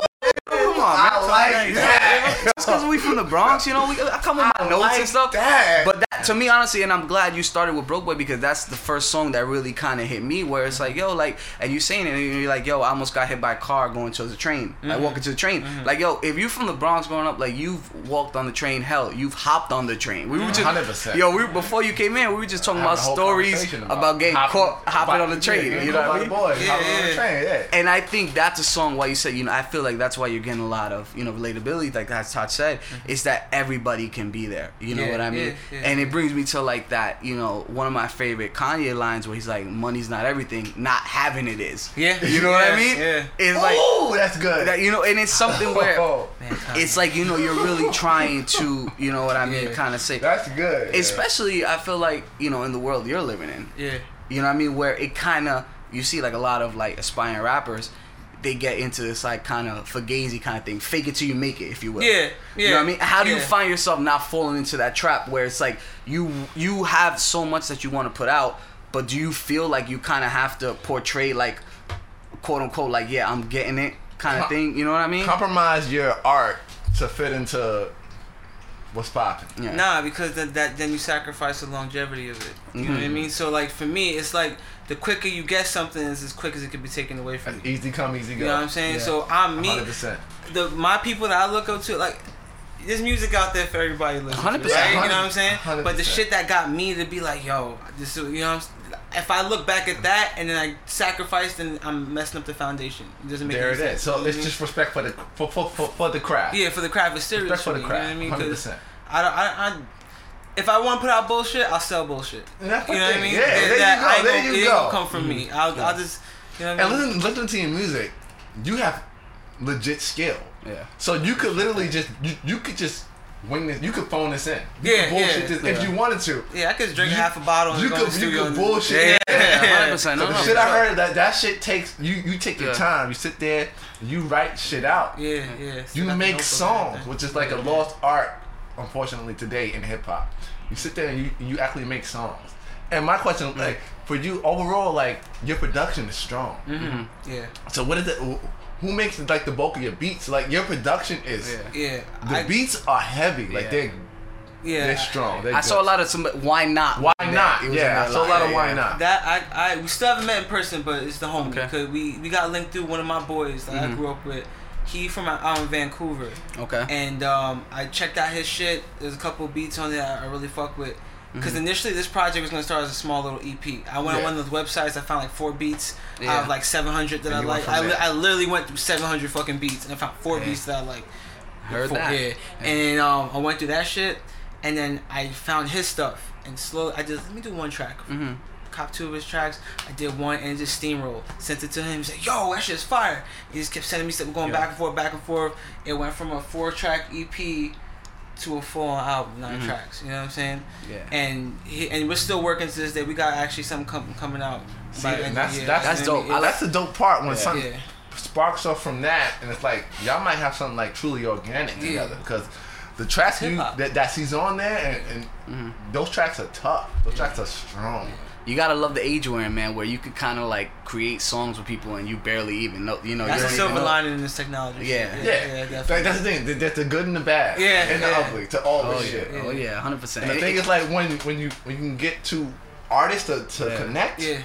Speaker 3: Come on, man.
Speaker 4: I like that.
Speaker 3: Just because we from the Bronx, you know, we I come with my notes
Speaker 4: like
Speaker 3: and stuff.
Speaker 4: that.
Speaker 3: But that that to me, honestly, and I'm glad you started with Broke Boy because that's the first song that really kind of hit me where it's like, yo, like, and you saying it, and you're like, yo, I almost got hit by a car going towards the train, like walking to the train. Like, yo, if you're from the Bronx growing up, like, you've walked on the train, hell, you've hopped on the train.
Speaker 4: Mm-hmm.
Speaker 3: We were just,
Speaker 4: 100%.
Speaker 3: yo, we were, before you came in, we were just talking
Speaker 4: Having
Speaker 3: about
Speaker 4: a whole
Speaker 3: stories
Speaker 4: conversation
Speaker 3: about, getting caught hopping on the train.
Speaker 4: yeah,
Speaker 3: you know what I mean?
Speaker 4: about the Boys, hopping on the
Speaker 6: yeah.
Speaker 4: train, yeah.
Speaker 3: and I think that's a song why you said you know I feel like that's why you're getting a lot of you know relatability like that's Todd said is that everybody can be there you know
Speaker 6: Mm-hmm. Yeah,
Speaker 3: what I mean
Speaker 6: yeah, yeah,
Speaker 3: and it brings me to like that you know one of my favorite Kanye lines where he's like money's not everything not having it is
Speaker 6: Yeah.
Speaker 3: you know what I
Speaker 6: Yeah,
Speaker 3: mean
Speaker 6: yeah.
Speaker 3: it's like
Speaker 4: Ooh, that's good.
Speaker 3: that you know and it's
Speaker 6: [laughs]
Speaker 3: something where
Speaker 4: Oh,
Speaker 3: it's like you know you're really trying to you know what I mean
Speaker 6: Yeah.
Speaker 3: kind of say
Speaker 4: that's good.
Speaker 3: especially I feel like you know in the world you're living in
Speaker 6: Yeah.
Speaker 3: you know what I mean? Where it kind of you see like a lot of like aspiring rappers, they get into this like kind of fugazi kind of thing, fake it till you make it, if you will.
Speaker 6: Yeah,
Speaker 3: You know what I
Speaker 6: yeah,
Speaker 3: mean? How do you
Speaker 6: yeah.
Speaker 3: find yourself not falling into that trap where it's like you you have so much that you want to put out, but do you feel like you kind of have to portray like quote unquote like yeah I'm getting it kind of
Speaker 4: Com-
Speaker 3: thing? You know what I mean?
Speaker 4: compromise your art to fit into what's popping.
Speaker 3: Yeah.
Speaker 6: Nah, because then that then you sacrifice the longevity of it. You know what I
Speaker 4: Mm-hmm.
Speaker 6: mean? So like for me, it's like the quicker you get something is as quick as it can be taken away from you.
Speaker 4: Easy come, easy go.
Speaker 6: You know what I'm saying? So I'm me,
Speaker 4: 100%.
Speaker 6: the my people that I look up to, like there's music out there for everybody to listen
Speaker 3: 100%.
Speaker 6: to, right? You know what I'm saying?
Speaker 4: 100%.
Speaker 6: But the shit that got me to be like, yo, this is you know, what I'm, s- if I look back at that and then I sacrificed, then I'm messing up the foundation. It doesn't make
Speaker 4: There
Speaker 6: any
Speaker 4: it
Speaker 6: sense.
Speaker 4: is. So
Speaker 6: You
Speaker 4: it's
Speaker 6: know what I mean?
Speaker 4: just respect for the for for, for, for the craft.
Speaker 6: yeah, for the craft is serious.
Speaker 4: Respect for
Speaker 6: for
Speaker 4: the
Speaker 6: me,
Speaker 4: craft,
Speaker 6: You know what I mean? 'Cause
Speaker 4: 100%.
Speaker 6: I don't. I, I, if I want to put out bullshit, I'll sell bullshit.
Speaker 4: And that's
Speaker 6: you
Speaker 4: the
Speaker 6: know what I
Speaker 4: thing.
Speaker 6: mean?
Speaker 4: Yeah, there you go,
Speaker 6: I ain't
Speaker 4: there
Speaker 6: gonna-
Speaker 4: you
Speaker 6: it ain't
Speaker 4: go. Mm-hmm.
Speaker 6: gonna come from me. I'll, I'll just. You know what I
Speaker 4: And
Speaker 6: mean?
Speaker 4: listen, listen to your music, you have legit skill.
Speaker 3: Yeah.
Speaker 4: So you could literally just you, you could just wing this. You could phone this in. You
Speaker 6: Yeah,
Speaker 4: Could bullshit
Speaker 6: yeah.
Speaker 4: this
Speaker 3: Yeah.
Speaker 4: if you wanted to.
Speaker 6: Yeah, I could drink
Speaker 4: You-
Speaker 6: half a bottle and
Speaker 4: you
Speaker 6: go
Speaker 4: could-
Speaker 6: to the
Speaker 4: you
Speaker 6: studio.
Speaker 4: could
Speaker 6: and-
Speaker 4: bullshit.
Speaker 6: Yeah,
Speaker 3: Yeah,
Speaker 6: yeah.
Speaker 3: 100%. No,
Speaker 4: [laughs] the
Speaker 3: no,
Speaker 4: shit
Speaker 3: no.
Speaker 4: I heard that that shit takes you. You take your
Speaker 3: Yeah.
Speaker 4: time. You sit there. You write shit out.
Speaker 6: Yeah, yeah. So
Speaker 4: You
Speaker 6: that's
Speaker 4: make
Speaker 6: notebook
Speaker 4: songs,
Speaker 6: and
Speaker 4: which is like a lost art, unfortunately, today in hip hop. You sit there and you, you actually make songs. And my question, like, for you overall, like, your production is strong.
Speaker 6: everything. Yeah,
Speaker 4: So, what is it? wh- Who makes like the bulk of your beats? Like, your production is
Speaker 3: Yeah.
Speaker 6: yeah.
Speaker 4: the
Speaker 6: I,
Speaker 4: beats are heavy. Like,
Speaker 3: Yeah.
Speaker 4: they're
Speaker 6: yeah.
Speaker 4: they're strong. They're
Speaker 3: I saw a
Speaker 4: good.
Speaker 3: lot of some why not
Speaker 4: Why
Speaker 3: Yeah,
Speaker 4: not?
Speaker 3: it was in
Speaker 4: Yeah,
Speaker 3: that
Speaker 4: I saw a lot
Speaker 3: line.
Speaker 4: of why
Speaker 3: Yeah.
Speaker 4: not.
Speaker 6: That I, I we still haven't met in person, but it's the homie
Speaker 3: Okay.
Speaker 6: because we we got linked through one of my boys that
Speaker 4: Mm-hmm.
Speaker 6: I grew up with. He from out in Vancouver.
Speaker 3: Okay.
Speaker 6: and um, I checked out his shit. There's a couple beats on there I I really fuck with. Because initially this project was gonna start as a small little EP. I went
Speaker 4: Mm-hmm. Yeah.
Speaker 6: on one of those websites. I found like four beats
Speaker 3: Yeah.
Speaker 6: out of like 700 that I
Speaker 4: you went
Speaker 6: like.
Speaker 4: from
Speaker 6: I, li-
Speaker 4: there.
Speaker 6: I literally went through 700 fucking beats and I found four beats that I like.
Speaker 3: Heard
Speaker 6: Four-
Speaker 3: that.
Speaker 6: Yeah. And um, I went through that shit, and then I found his stuff. And slowly, I just let me do one track. Mm-hmm. Cop two of his tracks. I did one and just steamrolled. Sent it to him. He said, "Yo, that shit's fire." He just kept sending me stuff. We're going back and forth, back and forth. It went from a four-track EP to a full-on album, 9 tracks. You know what I'm saying?
Speaker 3: Mm-hmm. Yeah.
Speaker 6: And he, and we're still working to this day. We got actually something com- coming out.
Speaker 4: See,
Speaker 6: by the end
Speaker 4: and
Speaker 6: of
Speaker 4: that's
Speaker 6: the year.
Speaker 4: that's,
Speaker 3: That's
Speaker 6: You know what
Speaker 3: dope.
Speaker 6: I
Speaker 3: I
Speaker 6: mean?
Speaker 4: that's the dope part when something
Speaker 6: Yeah.
Speaker 4: sparks off from that, and it's like y'all might have something like truly organic together because the tracks you,
Speaker 6: hip-hop.
Speaker 4: that that he's on there, and, and
Speaker 3: Mm-hmm.
Speaker 4: those tracks are tough. Those tracks are strong.
Speaker 3: you gotta love the age we're in, man, where you could kind of like create songs with people and you barely even know. You know,
Speaker 6: That's
Speaker 3: you
Speaker 6: the
Speaker 3: don't
Speaker 6: silver
Speaker 3: even know.
Speaker 6: lining in this technology.
Speaker 3: Yeah.
Speaker 4: Yeah, like, that's the thing. there- There's the good and the bad,
Speaker 6: Yeah,
Speaker 4: and the
Speaker 6: yeah.
Speaker 4: ugly to all
Speaker 3: Oh
Speaker 4: this
Speaker 3: yeah,
Speaker 4: shit.
Speaker 3: oh yeah, hundred percent.
Speaker 4: And the thing is, like when when you when you can get two artists to, to
Speaker 3: Yeah.
Speaker 4: connect,
Speaker 6: Yeah.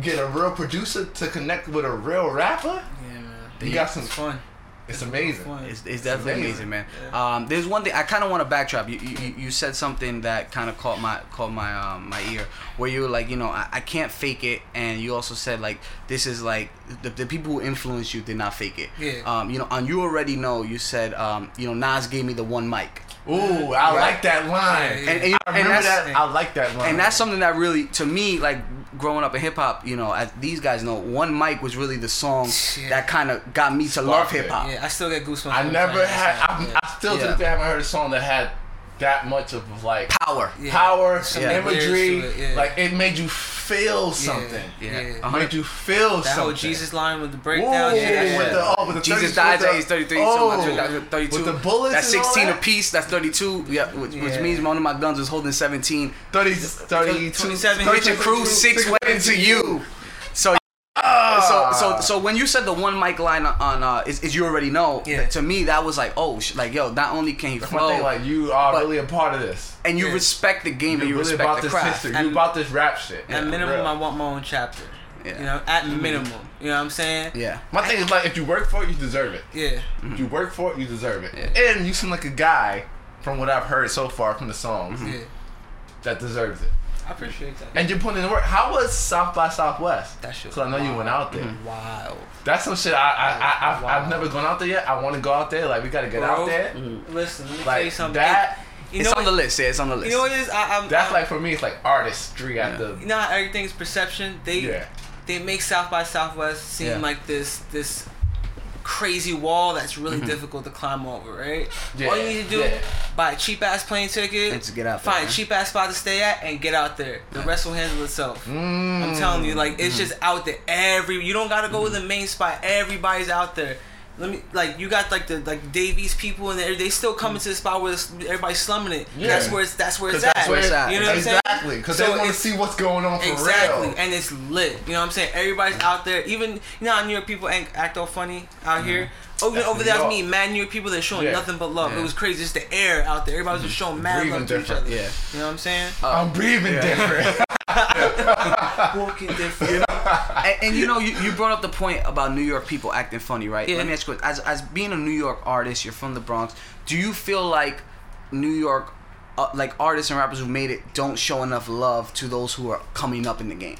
Speaker 4: get a real producer to connect with a real rapper,
Speaker 6: Yeah, man.
Speaker 4: you got some.
Speaker 6: It's fun.
Speaker 4: It's amazing.
Speaker 6: Fun.
Speaker 3: It's, it's definitely amazing,
Speaker 4: amazing.
Speaker 3: man. Um, there's one thing I kind of want to backtrack. You, you you- you said something that kind of caught my caught my um, my ear, where you were like, you know, I, I can't fake it, and you also said like, this is like the, the people who influenced you did not fake it.
Speaker 6: Yeah.
Speaker 3: Um, you know, and you already know. You said, um, you know, Nas gave me the one mic,
Speaker 4: Ooh, I like that line.
Speaker 6: Yeah,
Speaker 3: and, and,
Speaker 4: I
Speaker 3: and
Speaker 4: remember
Speaker 3: that's-
Speaker 4: that. I like that line.
Speaker 3: and that's something that really to me like growing up in hip hop you know as these guys know one mic was really the song
Speaker 6: Yeah.
Speaker 3: that kind of got me to love
Speaker 4: Sparked it.
Speaker 3: hip hop
Speaker 6: Yeah, I still get goosebumps.
Speaker 4: I
Speaker 6: every
Speaker 4: never
Speaker 6: time
Speaker 4: had.
Speaker 6: I,
Speaker 4: I,
Speaker 6: listen to it.
Speaker 4: I still
Speaker 3: Yeah.
Speaker 4: to this day haven't heard a song that had that much of like
Speaker 3: power
Speaker 6: Yeah.
Speaker 4: power,
Speaker 6: Some
Speaker 3: Yeah.
Speaker 4: imagery.
Speaker 6: layers to it, yeah.
Speaker 4: Like it made you feel
Speaker 6: Yeah,
Speaker 4: something.
Speaker 3: yeah.
Speaker 6: yeah.
Speaker 3: Uh-huh.
Speaker 4: Made you feel
Speaker 6: That whole
Speaker 4: something.
Speaker 6: Jesus line with the
Speaker 4: Ooh,
Speaker 6: breakdown. yeah,
Speaker 3: yeah.
Speaker 4: with the oh, with the
Speaker 3: Jesus
Speaker 4: 32,
Speaker 3: dies
Speaker 4: with
Speaker 3: at
Speaker 4: the-
Speaker 3: age 33,
Speaker 4: Oh,
Speaker 3: so my two- 32.
Speaker 4: with the bullets.
Speaker 3: That's
Speaker 4: and all
Speaker 3: 16
Speaker 4: that?
Speaker 3: apiece, that's 32, yeah, which, which
Speaker 6: Yeah.
Speaker 3: means one of my guns was holding 17.
Speaker 4: 30, 32,
Speaker 6: 27
Speaker 3: Richard Cruz, six went into you. So, so
Speaker 4: Ah.
Speaker 3: so so so when you said the one mic line on uh, is, is you already know.
Speaker 6: Yeah.
Speaker 3: To me, that was like oh sh- like yo, not only can he
Speaker 4: That's my
Speaker 3: flow,
Speaker 4: thing. Like you are
Speaker 3: But-
Speaker 4: really a part of this.
Speaker 3: and you
Speaker 6: Yeah.
Speaker 3: respect the game,
Speaker 4: You're
Speaker 3: and you
Speaker 4: really
Speaker 3: respect
Speaker 4: about
Speaker 3: the
Speaker 4: this
Speaker 3: craft.
Speaker 4: history.
Speaker 6: And-
Speaker 4: You about this rap shit.
Speaker 6: At minimum,
Speaker 4: Real. Mm-hmm.
Speaker 6: I want my own chapter.
Speaker 3: Yeah.
Speaker 6: You know, at minimum. You know what I'm saying?
Speaker 3: Yeah.
Speaker 4: My thing is like, if you work for it, you deserve it.
Speaker 6: Yeah.
Speaker 4: If you work for it, you deserve it.
Speaker 3: Yeah.
Speaker 4: And you seem like a guy, from what I've heard so far from the songs,
Speaker 6: Yeah.
Speaker 4: that deserves it.
Speaker 6: I appreciate that.
Speaker 4: And you're putting in the work. How was South by Southwest?
Speaker 6: That shit
Speaker 4: Because I know you went out there.
Speaker 6: Wow.
Speaker 4: That's some shit I, I, I, I've,
Speaker 6: Wow.
Speaker 4: I've never gone out there yet. I want to go out there. Like, we got to get out there.
Speaker 6: Listen, let me tell you
Speaker 4: Like,
Speaker 6: mm-hmm. something.
Speaker 4: that,
Speaker 6: you
Speaker 3: it's
Speaker 6: know,
Speaker 3: on the list. Yeah, it's on the list.
Speaker 6: you know what it is? I, I'm,
Speaker 4: that's
Speaker 6: I'm-
Speaker 4: like, for me, it's like artistry at the.
Speaker 6: you know how everything's perception. They
Speaker 4: Yeah.
Speaker 6: they make South by Southwest seem
Speaker 3: Yeah.
Speaker 6: like this this crazy wall that's really
Speaker 3: Mm-hmm.
Speaker 6: difficult to climb over, right?
Speaker 4: Yeah,
Speaker 6: All you need to do
Speaker 4: yeah.
Speaker 6: buy a cheap ass plane ticket,
Speaker 3: And just get out there,
Speaker 6: find
Speaker 3: man.
Speaker 6: a cheap ass spot to stay at, and get out there. The rest will handle itself.
Speaker 3: Mm.
Speaker 6: I'm telling you, like it's just out there. Every you don't gotta go
Speaker 3: Mm-hmm.
Speaker 6: to the main spot. Everybody's out there. Let me like you got like the like Davies people and they they still
Speaker 3: Mm.
Speaker 6: coming to the spot where it's- everybody's slumming it.
Speaker 4: Yeah.
Speaker 6: That's where it's that's where it's
Speaker 3: 'Cause
Speaker 6: at.
Speaker 3: that's where it's at.
Speaker 6: You know what I'm saying?
Speaker 4: exactly. Because
Speaker 6: So
Speaker 4: they want to
Speaker 6: it's-
Speaker 4: see what's going on for
Speaker 6: Exactly,
Speaker 4: real. Mm-hmm.
Speaker 6: and it's lit. You know what I'm saying? Everybody's out there. Even you know, how New York people act, act all funny out here. Over,
Speaker 4: That's
Speaker 6: over
Speaker 4: New
Speaker 6: there, I
Speaker 4: York.
Speaker 6: mean, mad New York people. They're showing
Speaker 4: Mm-hmm. Yeah. Mm-hmm.
Speaker 6: nothing but love. It was crazy. Just the air out there. Everybody was just showing mad
Speaker 4: Breathing
Speaker 6: love to each
Speaker 4: different,
Speaker 6: other.
Speaker 3: yeah.
Speaker 6: You know what I'm saying?
Speaker 4: I'm breathing different.
Speaker 6: Walking [laughs] different.
Speaker 3: and, and you know, you, you brought up the point about New York people acting funny, right?
Speaker 6: Yeah.
Speaker 3: Let me ask you, as as being a New York artist, you're from the Bronx. Do you feel like New York, uh, like artists and rappers who made it, don't show enough love to those who are coming up in the game?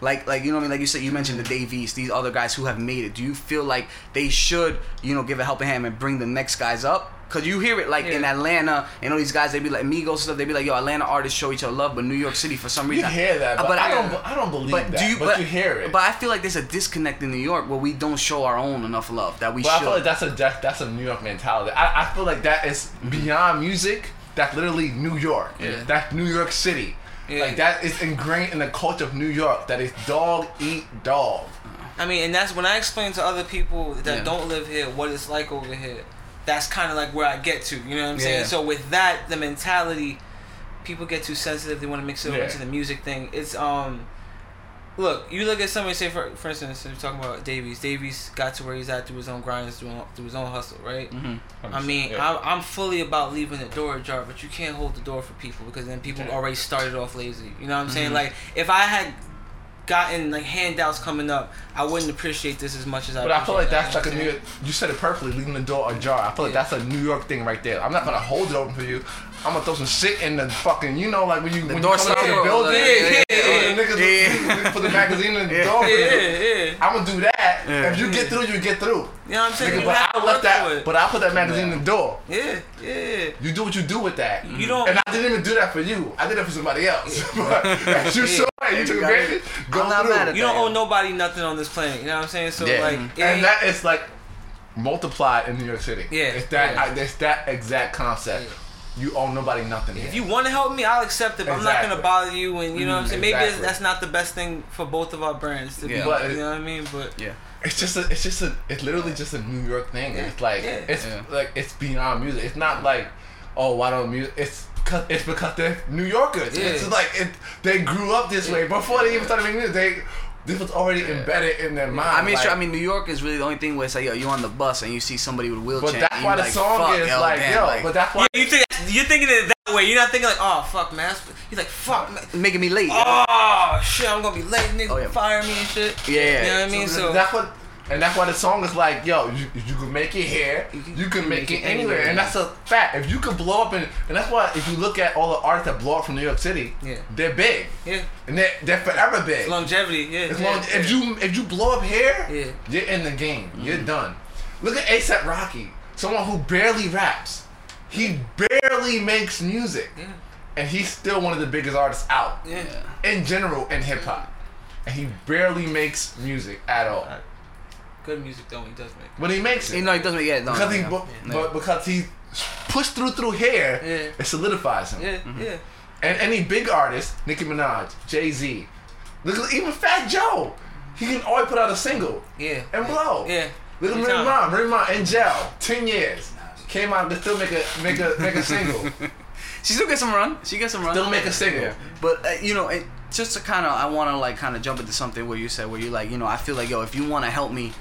Speaker 3: Like, like you know what I mean? Like you said, you mentioned the Davies, these other guys who have made it. Do you feel like they should, you know, give a helping hand and bring the next guys up? Cause you hear it like in
Speaker 6: Yeah.
Speaker 3: Atlanta, and all these guys they be like Migos and stuff. They be like, yo, Atlanta artists show each other love, but New York City for some
Speaker 4: You
Speaker 3: reason.
Speaker 4: hear that,
Speaker 3: Uh,
Speaker 4: but, I don't. I don't believe that. but, you hear it.
Speaker 3: But I feel like there's a disconnect in New York where we don't show our own enough love that we
Speaker 4: But I
Speaker 3: should.
Speaker 4: feel like that's a that's, that's a New York mentality. I, I feel like that is beyond music. That's literally New York.
Speaker 6: Yeah.
Speaker 4: That's New York City.
Speaker 6: Yeah.
Speaker 4: Like that is ingrained in the culture of New York. That is dog eat dog.
Speaker 6: I mean, and that's when I explain to other people that
Speaker 3: Yeah.
Speaker 6: don't live here what it's like over here. That's kind of like where I get to. You know what I'm saying?
Speaker 3: Yeah.
Speaker 6: So with that, the mentality, people get too sensitive. They want to mix it over
Speaker 4: Yeah.
Speaker 6: into the music thing. It's um, look, you look at somebody say for for instance, we're talking about Davies. Davies got to where he's at through his own grinds, through, through his own hustle, right?
Speaker 3: Mm-hmm.
Speaker 6: I mean,
Speaker 4: Yeah.
Speaker 6: I'm, I'm fully about leaving the door ajar, but you can't hold the door for people because then people
Speaker 4: Yeah. Mm-hmm.
Speaker 6: already started off lazy. You know what I'm saying? Like if I had gotten like handouts coming up, I wouldn't appreciate this as much as I.
Speaker 4: But I feel like
Speaker 6: appreciate
Speaker 4: that's
Speaker 6: that,
Speaker 4: like a
Speaker 6: you know
Speaker 4: New
Speaker 6: what
Speaker 4: York. You said it perfectly, leaving the door ajar. I feel like
Speaker 6: Yeah.
Speaker 4: that's a New York thing right there. I'm not gonna hold it open for you. I'm gonna throw some shit in the fucking. You know, like when you when
Speaker 3: door
Speaker 4: you come into
Speaker 3: stopper.
Speaker 4: the building,
Speaker 6: Yeah, yeah,
Speaker 4: and [laughs] the niggas
Speaker 3: yeah.
Speaker 4: put the magazine in the door.
Speaker 6: I'm
Speaker 4: for
Speaker 6: saying?
Speaker 4: you.
Speaker 6: Yeah, yeah.
Speaker 4: I'm gonna do that.
Speaker 3: Yeah.
Speaker 4: If you get through, you get through.
Speaker 6: You know what I'm saying?
Speaker 4: Nigga,
Speaker 6: You
Speaker 4: but
Speaker 6: have
Speaker 4: I
Speaker 6: to
Speaker 4: left
Speaker 6: work
Speaker 4: that.
Speaker 6: for it.
Speaker 4: But I put that magazine in the door.
Speaker 6: yeah, yeah.
Speaker 4: You do what you do with that.
Speaker 3: Mm-hmm.
Speaker 6: You don't.
Speaker 4: And I didn't even do that for you. I did it for somebody else. [laughs] but if you saw it, you took
Speaker 3: got it.
Speaker 4: advantage. Go
Speaker 3: I'm not
Speaker 4: through.
Speaker 3: mad at
Speaker 6: you don't owe nobody nothing on this planet. You know what I'm saying? So
Speaker 4: Yeah. Mm-hmm.
Speaker 6: like, it ain't-
Speaker 4: and that is like multiplied in New York City.
Speaker 6: Yeah.
Speaker 4: It's that.
Speaker 6: Yeah.
Speaker 4: I, it's that exact concept. You owe nobody nothing.
Speaker 6: If you want to help me, I'll accept it. But I'm not
Speaker 4: Exactly.
Speaker 6: gonna
Speaker 4: Mm-hmm.
Speaker 6: bother you, and you know what I'm saying. Maybe it's-
Speaker 4: exactly.
Speaker 6: that's not the best thing for both of our brands. To
Speaker 3: Yeah.
Speaker 6: be,
Speaker 4: But-
Speaker 6: you know what I mean? But
Speaker 3: yeah,
Speaker 4: It's just a, it's just a, it's literally just a New York thing. It's like
Speaker 6: Yeah.
Speaker 4: it's
Speaker 3: Yeah.
Speaker 4: like it's beyond music. It's not like, oh, why don't music? It's because it's because they're New Yorkers.
Speaker 6: Yeah.
Speaker 4: It's just like it, they grew up this way before they even started making music. They this was already embedded in their mind.
Speaker 3: I mean,
Speaker 4: like,
Speaker 3: sure, I mean, New York is really the only thing where it's like, yo, you on the bus and you see somebody with a wheelchair.
Speaker 4: but that's
Speaker 3: and
Speaker 4: why
Speaker 3: you
Speaker 4: the
Speaker 3: like,
Speaker 4: song
Speaker 3: fuck,
Speaker 4: is
Speaker 3: yo,
Speaker 4: like
Speaker 3: damn,
Speaker 4: yo.
Speaker 3: like,
Speaker 4: but that's why
Speaker 6: Yeah, you think you're thinking it that way. You're not thinking like, oh fuck, man. That's- You're like, fuck, man.
Speaker 3: making me late.
Speaker 6: Oh shit, I'm gonna be late, nigga.
Speaker 3: Oh, yeah.
Speaker 6: Fire me and shit.
Speaker 3: Yeah, yeah.
Speaker 6: you know what I mean.
Speaker 4: So
Speaker 6: So
Speaker 4: that's what, and that's why the song is like, yo, you, you can make it here, you can make it anywhere, and that's a fact. If you could blow up, and and that's why if you look at all the artists that blow up from New York City,
Speaker 6: Yeah.
Speaker 4: they're big,
Speaker 6: yeah,
Speaker 4: and they're they're forever big.
Speaker 6: longevity. Yeah,
Speaker 4: As
Speaker 6: yeah,
Speaker 4: long- if you if you blow up here,
Speaker 6: Yeah. Mm-hmm.
Speaker 4: you're in the game. You're done. Look at ASAP Rocky, someone who barely raps, he barely makes music,
Speaker 6: yeah,
Speaker 4: and he's still one of the biggest artists out
Speaker 6: yeah.
Speaker 4: in general in hip hop. And he barely makes music at all.
Speaker 6: Good music though. He does make.
Speaker 4: But he makes
Speaker 3: You
Speaker 4: it.
Speaker 3: know, he doesn't make it. No,
Speaker 4: Because he,
Speaker 3: yeah.
Speaker 4: but,
Speaker 3: Yeah.
Speaker 4: but because he pushed through through here,
Speaker 6: Yeah.
Speaker 4: it solidifies him.
Speaker 6: Yeah, yeah.
Speaker 4: And any big artist, Nicki Minaj, Jay Z, look at- even Fat Joe, he can always put out a single
Speaker 6: Yeah.
Speaker 4: and blow.
Speaker 6: Yeah.
Speaker 4: Look at
Speaker 6: Every
Speaker 4: Marie
Speaker 6: time.
Speaker 4: Mom,
Speaker 6: [laughs]
Speaker 4: Marie Mom in jail, ten years, came out to still make a make a make a single.
Speaker 3: She still gets some run. She gets some run.
Speaker 4: Still make a single.
Speaker 3: But uh, you know, it, just to kind of, I want to like kind of jump into something where you said where you like, you know, I feel like yo, if you want to help me,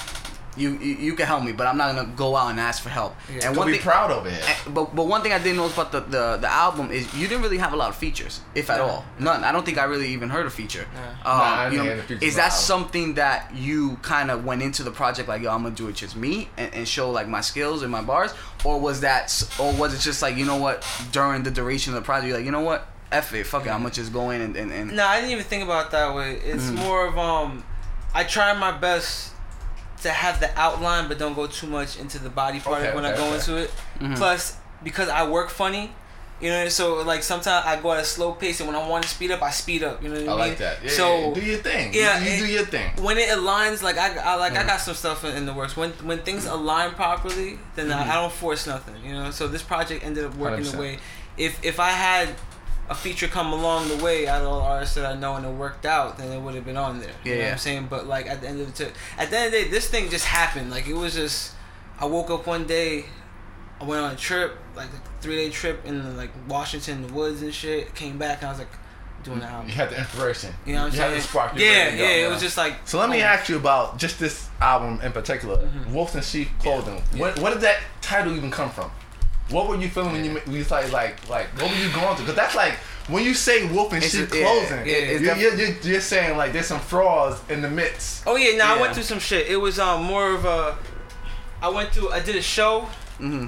Speaker 3: you, you you can help me, but I'm not gonna go out and ask for help.
Speaker 6: Yeah.
Speaker 3: and
Speaker 4: Don't be
Speaker 3: thing-
Speaker 4: proud of it.
Speaker 3: and- Eh, But, but one thing I didn't notice about the, the, the album is you didn't really have a lot of features, if at
Speaker 6: No.
Speaker 3: all. None. I don't think I really even heard a feature.
Speaker 6: No.
Speaker 3: Um,
Speaker 4: Nah, I
Speaker 3: you
Speaker 4: didn't
Speaker 3: know,
Speaker 4: hear the features
Speaker 3: is
Speaker 4: on
Speaker 3: that
Speaker 4: the album.
Speaker 3: something that you kind of went into the project like, yo, I'm gonna do it just me and, and show like my skills and my bars, or was that, s- or was it just like, you know what, during the duration of the project, you're like, you know what, f it, fuck it, I'm gonna just go in and and, and
Speaker 6: No, I didn't even think about it that way. It's
Speaker 4: Mm.
Speaker 6: more of um, I try my best to have the outline, but don't go too much into the body part
Speaker 4: Okay,
Speaker 6: when I
Speaker 4: okay, Mm-hmm.
Speaker 6: go
Speaker 4: okay.
Speaker 6: into it. Plus, because I work funny. You know, so like sometimes I go at a slow pace, and when I want to speed up, I speed up. You know what I
Speaker 4: I
Speaker 6: mean?
Speaker 4: like that. Yeah,
Speaker 6: so
Speaker 4: yeah, yeah. do your thing.
Speaker 6: yeah,
Speaker 4: Yeah, you,
Speaker 6: it-
Speaker 4: do your thing.
Speaker 6: when it aligns, like I, I
Speaker 4: Mm.
Speaker 6: like I got some stuff in, in the works. When when things align properly, then
Speaker 4: Mm-hmm.
Speaker 6: I, I don't force nothing, you know. So this project ended up working the
Speaker 4: 100%.
Speaker 6: way. If if I had a feature come along the way out of all artists that I know and it worked out, then it would have been on there. You know
Speaker 3: Yeah.
Speaker 6: what I'm saying? But like at the end of the t- at the end of the day, this thing just happened. Like it was just I woke up one day, I went on a trip, like a three day trip in like Washington the woods and shit. Came back and I was like doing an
Speaker 4: [laughs]
Speaker 6: album.
Speaker 4: You had the inspiration.
Speaker 6: You know what I'm
Speaker 4: you
Speaker 6: saying?
Speaker 4: Had the spark. You're
Speaker 6: yeah,
Speaker 4: ready to go.
Speaker 6: yeah, It was just like
Speaker 4: So let me
Speaker 6: oh.
Speaker 4: ask you about just this album in particular, Wolves and Sheep Clothing. What, what did that title even come from? What were you feeling when you when you like like like what were you going through? Because that's like when you say Wolf and
Speaker 3: It's
Speaker 4: Sheep
Speaker 3: a- yeah,
Speaker 4: Clothing,
Speaker 3: yeah, it's
Speaker 4: you're,
Speaker 3: def-
Speaker 4: you're, you're, you're saying like there's some frauds in the midst.
Speaker 6: Oh yeah, no, I
Speaker 3: Yeah.
Speaker 6: went through some shit. It was um more of a, I went through. I did a show,
Speaker 3: Mm-hmm.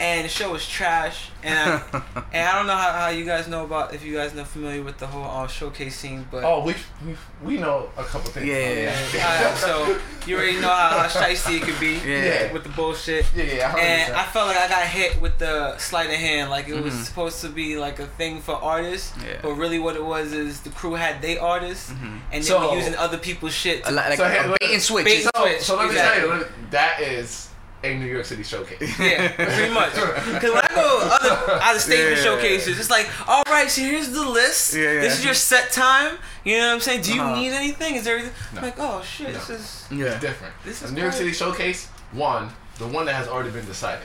Speaker 6: and the show was trash. And
Speaker 3: [laughs]
Speaker 6: I, and I don't know how, how you guys know about if you guys know familiar with the whole uh, showcase scene, but
Speaker 4: Oh, we, we we know a couple things.
Speaker 3: Yeah,
Speaker 4: about
Speaker 3: yeah,
Speaker 4: that.
Speaker 6: Alright, uh, so you already know how, how shisty it could be
Speaker 3: Yeah.
Speaker 6: with the bullshit.
Speaker 4: yeah, yeah. I heard
Speaker 6: And
Speaker 4: that.
Speaker 6: I felt like I got hit with the sleight of hand. Like it was supposed to be like a thing for artists,
Speaker 3: Mm-hmm. Yeah. Mm-hmm.
Speaker 6: but really what it was is the crew had they artists, and they
Speaker 4: So-
Speaker 6: were using other people's shit.
Speaker 3: a
Speaker 6: To,
Speaker 3: lot- like
Speaker 4: So
Speaker 3: a
Speaker 4: here-
Speaker 3: bait and switch.
Speaker 6: Bait and
Speaker 3: It's-
Speaker 4: so, so let me
Speaker 6: Exactly.
Speaker 4: tell you, let me- that is a New York City showcase.
Speaker 6: Yeah, pretty
Speaker 3: [laughs]
Speaker 6: much. Because when I go other out of state for
Speaker 3: Yeah.
Speaker 6: showcases, it's like, all right, so here's the list.
Speaker 3: Yeah, yeah.
Speaker 6: This is your set time. You know what I'm saying? Do you
Speaker 3: Uh-huh.
Speaker 6: need anything? Is there? anything?
Speaker 4: No.
Speaker 6: I'm like, oh shit, this
Speaker 4: No.
Speaker 6: is.
Speaker 4: It's
Speaker 3: Yeah.
Speaker 4: different.
Speaker 6: This
Speaker 4: a
Speaker 6: is
Speaker 4: New York
Speaker 6: great.
Speaker 4: City showcase. One, the one that has already been decided.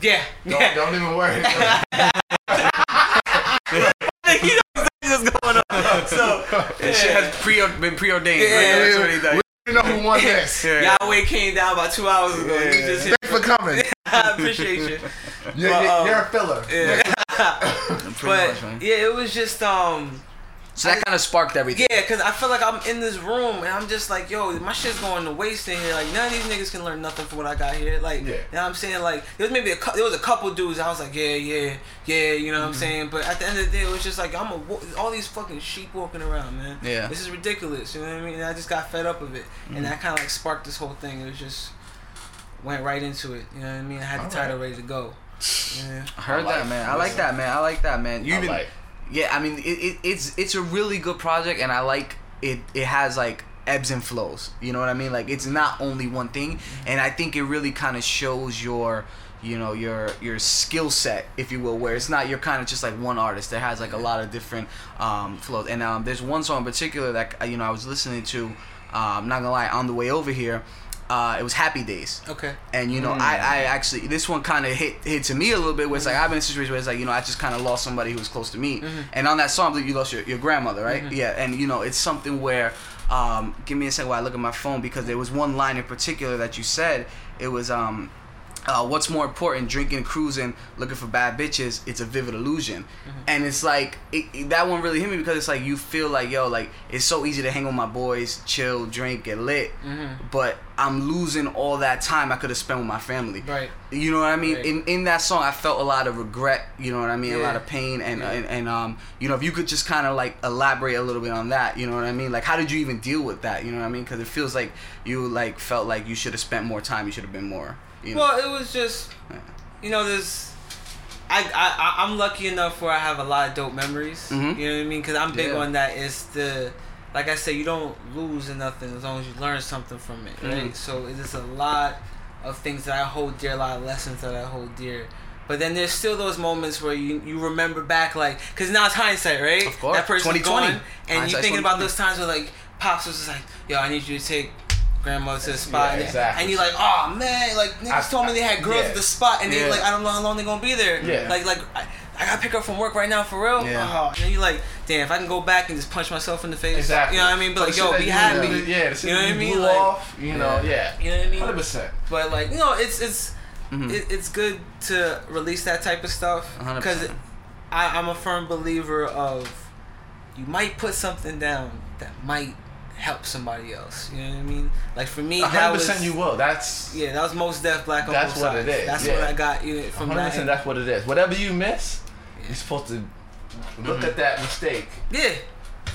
Speaker 6: Yeah,
Speaker 4: Don't,
Speaker 6: yeah.
Speaker 4: don't even worry.
Speaker 6: [laughs] you know exactly what's going
Speaker 3: [laughs]
Speaker 6: on. So
Speaker 3: This shit has pre been preordained.
Speaker 6: Yeah,
Speaker 3: right? That's
Speaker 4: yeah.
Speaker 3: what he does.
Speaker 4: you know who won this.
Speaker 3: Yeah.
Speaker 6: Yahweh came down about two hours ago. You
Speaker 3: Yeah.
Speaker 6: just hit.
Speaker 4: Thanks for coming.
Speaker 6: [laughs] I
Speaker 3: [laughs]
Speaker 6: appreciate you.
Speaker 4: You're,
Speaker 6: But,
Speaker 4: you're-
Speaker 6: um,
Speaker 4: you're a filler.
Speaker 6: Yeah.
Speaker 3: Pretty
Speaker 6: But
Speaker 3: much, man.
Speaker 6: yeah, it was just um.
Speaker 3: So that kind of sparked everything.
Speaker 6: Yeah, cause I feel like I'm in this room and I'm just like, yo, my shit's going to waste in here. Like none of these niggas can learn nothing from what I got here. Like,
Speaker 4: Yeah.
Speaker 6: you know what I'm saying? Like there was maybe a cou- there was a couple dudes I was like, yeah, yeah, yeah, you know what I'm
Speaker 4: Mm-hmm.
Speaker 6: saying? But at the end of the day, it was just like I'm a wa- all these fucking sheep walking around, man.
Speaker 3: Yeah.
Speaker 6: this is ridiculous. You know what I mean? And I just got fed up of it,
Speaker 4: Mm-hmm.
Speaker 6: and that kind of like sparked this whole thing. It was just went right into it. You know what I mean? I had the
Speaker 4: All
Speaker 6: title
Speaker 4: right.
Speaker 6: ready
Speaker 4: [sighs]
Speaker 6: to go. Yeah.
Speaker 3: I heard
Speaker 4: like
Speaker 3: that, man. I
Speaker 4: it.
Speaker 3: like that, man. I like that, man. You
Speaker 4: I
Speaker 3: even,
Speaker 4: like.
Speaker 3: yeah. I mean, it, it, it's it's a really good project, and I like it. It has like ebbs and flows. You know what I mean? Like it's not only one thing, and I think it really kind of shows your you know your your skill set if you will where it's not you're kind of just like one artist that has like a lot of different um flows and um there's one song in particular that uh, you know i was listening to um i'm not gonna lie on the way over here uh it was happy days
Speaker 6: Okay.
Speaker 3: and you know, I, I actually this one kind of hit hit to me a little bit. Where it's like I've been in a situation where it's like you know I just kind of lost somebody who was close to me. And on that song, I believe you lost your, your grandmother, right? Yeah. And you know, it's something where, um, give me a second while I look at my phone because there was one line in particular that you said. It was um, uh, what's more important, drinking, cruising, looking for bad bitches? It's a vivid illusion,
Speaker 6: Mm-hmm.
Speaker 3: and it's like it, it- that one really hit me because it's like you feel like yo, like it's so easy to hang with my boys, chill, drink, get lit,
Speaker 6: Mm-hmm.
Speaker 3: but I'm losing all that time I could have spent with my family.
Speaker 6: Right.
Speaker 3: You know what I mean?
Speaker 6: Right.
Speaker 3: In in that song, I felt a lot of regret. You know what I mean? A lot
Speaker 6: Yeah.
Speaker 3: of pain, and, and and um, you know, if you could just kind of like elaborate a little bit on that, you know what I mean? Like, how did you even deal with that? You know what I mean? Because it feels like you like felt like you should have spent more time. You should have been more. You know?
Speaker 6: Well, it was just, you know, there's. I, I I- I'm lucky enough where I have a lot of dope memories.
Speaker 3: Mhm.
Speaker 6: You know what I mean? Because I'm big
Speaker 3: Yeah.
Speaker 6: on that. It's the, like I said, you don't lose in nothing as long as you learn something from it,
Speaker 3: Mm-hmm.
Speaker 6: right? So it is a lot of things that I hold dear, a lot of lessons that I hold dear. But then there's still those moments where you you remember back, like, because now it's hindsight, right?
Speaker 3: Of course.
Speaker 6: That person's
Speaker 3: 2020.
Speaker 6: gone, and you're
Speaker 3: Hindsight's
Speaker 6: thinking about
Speaker 3: 2020.
Speaker 6: those times where like pops was just like, yo, I need you to take grandma to the spot, and-
Speaker 4: exactly.
Speaker 6: and you're like, oh man, like niggas
Speaker 4: I-
Speaker 6: told me they had girls
Speaker 4: yeah.
Speaker 6: at the spot, and they
Speaker 3: Yeah.
Speaker 6: like, I don't know how long they're gonna be there.
Speaker 4: Yeah.
Speaker 6: Like like I, I I gotta pick up from work right now for real.
Speaker 5: Yeah.
Speaker 6: Oh, and then you like, damn, if I can go back and just punch myself in the face.
Speaker 4: Exactly.
Speaker 6: You know what I mean? But
Speaker 4: the
Speaker 6: like,
Speaker 4: shit
Speaker 6: yo,
Speaker 4: that
Speaker 6: be
Speaker 4: you-
Speaker 6: happy.
Speaker 4: Yeah, the shit
Speaker 6: You know
Speaker 4: that
Speaker 6: what I
Speaker 4: you
Speaker 6: mean?
Speaker 4: blew
Speaker 6: Like-
Speaker 4: off, you know, yeah.
Speaker 6: You know what I mean?
Speaker 4: Hundred percent.
Speaker 6: But like, you know, it's it's
Speaker 4: Mm-hmm.
Speaker 3: Mhm.
Speaker 6: it, it's good to release that type of stuff
Speaker 3: 100%.
Speaker 6: because I'm a firm believer of you might put something down that might help somebody else. You know what I mean? Like for me, that
Speaker 4: hundred
Speaker 6: was
Speaker 4: percent. You will. That's
Speaker 6: yeah, that was most deaf black on
Speaker 4: That's
Speaker 6: both
Speaker 4: what
Speaker 6: sides.
Speaker 4: it is,
Speaker 6: That's
Speaker 4: yeah.
Speaker 6: what I got you know, from
Speaker 4: hundred
Speaker 6: that.
Speaker 4: percent.
Speaker 6: end.
Speaker 4: That's what it is. Whatever you miss, you're supposed to look at that mistake
Speaker 6: yeah,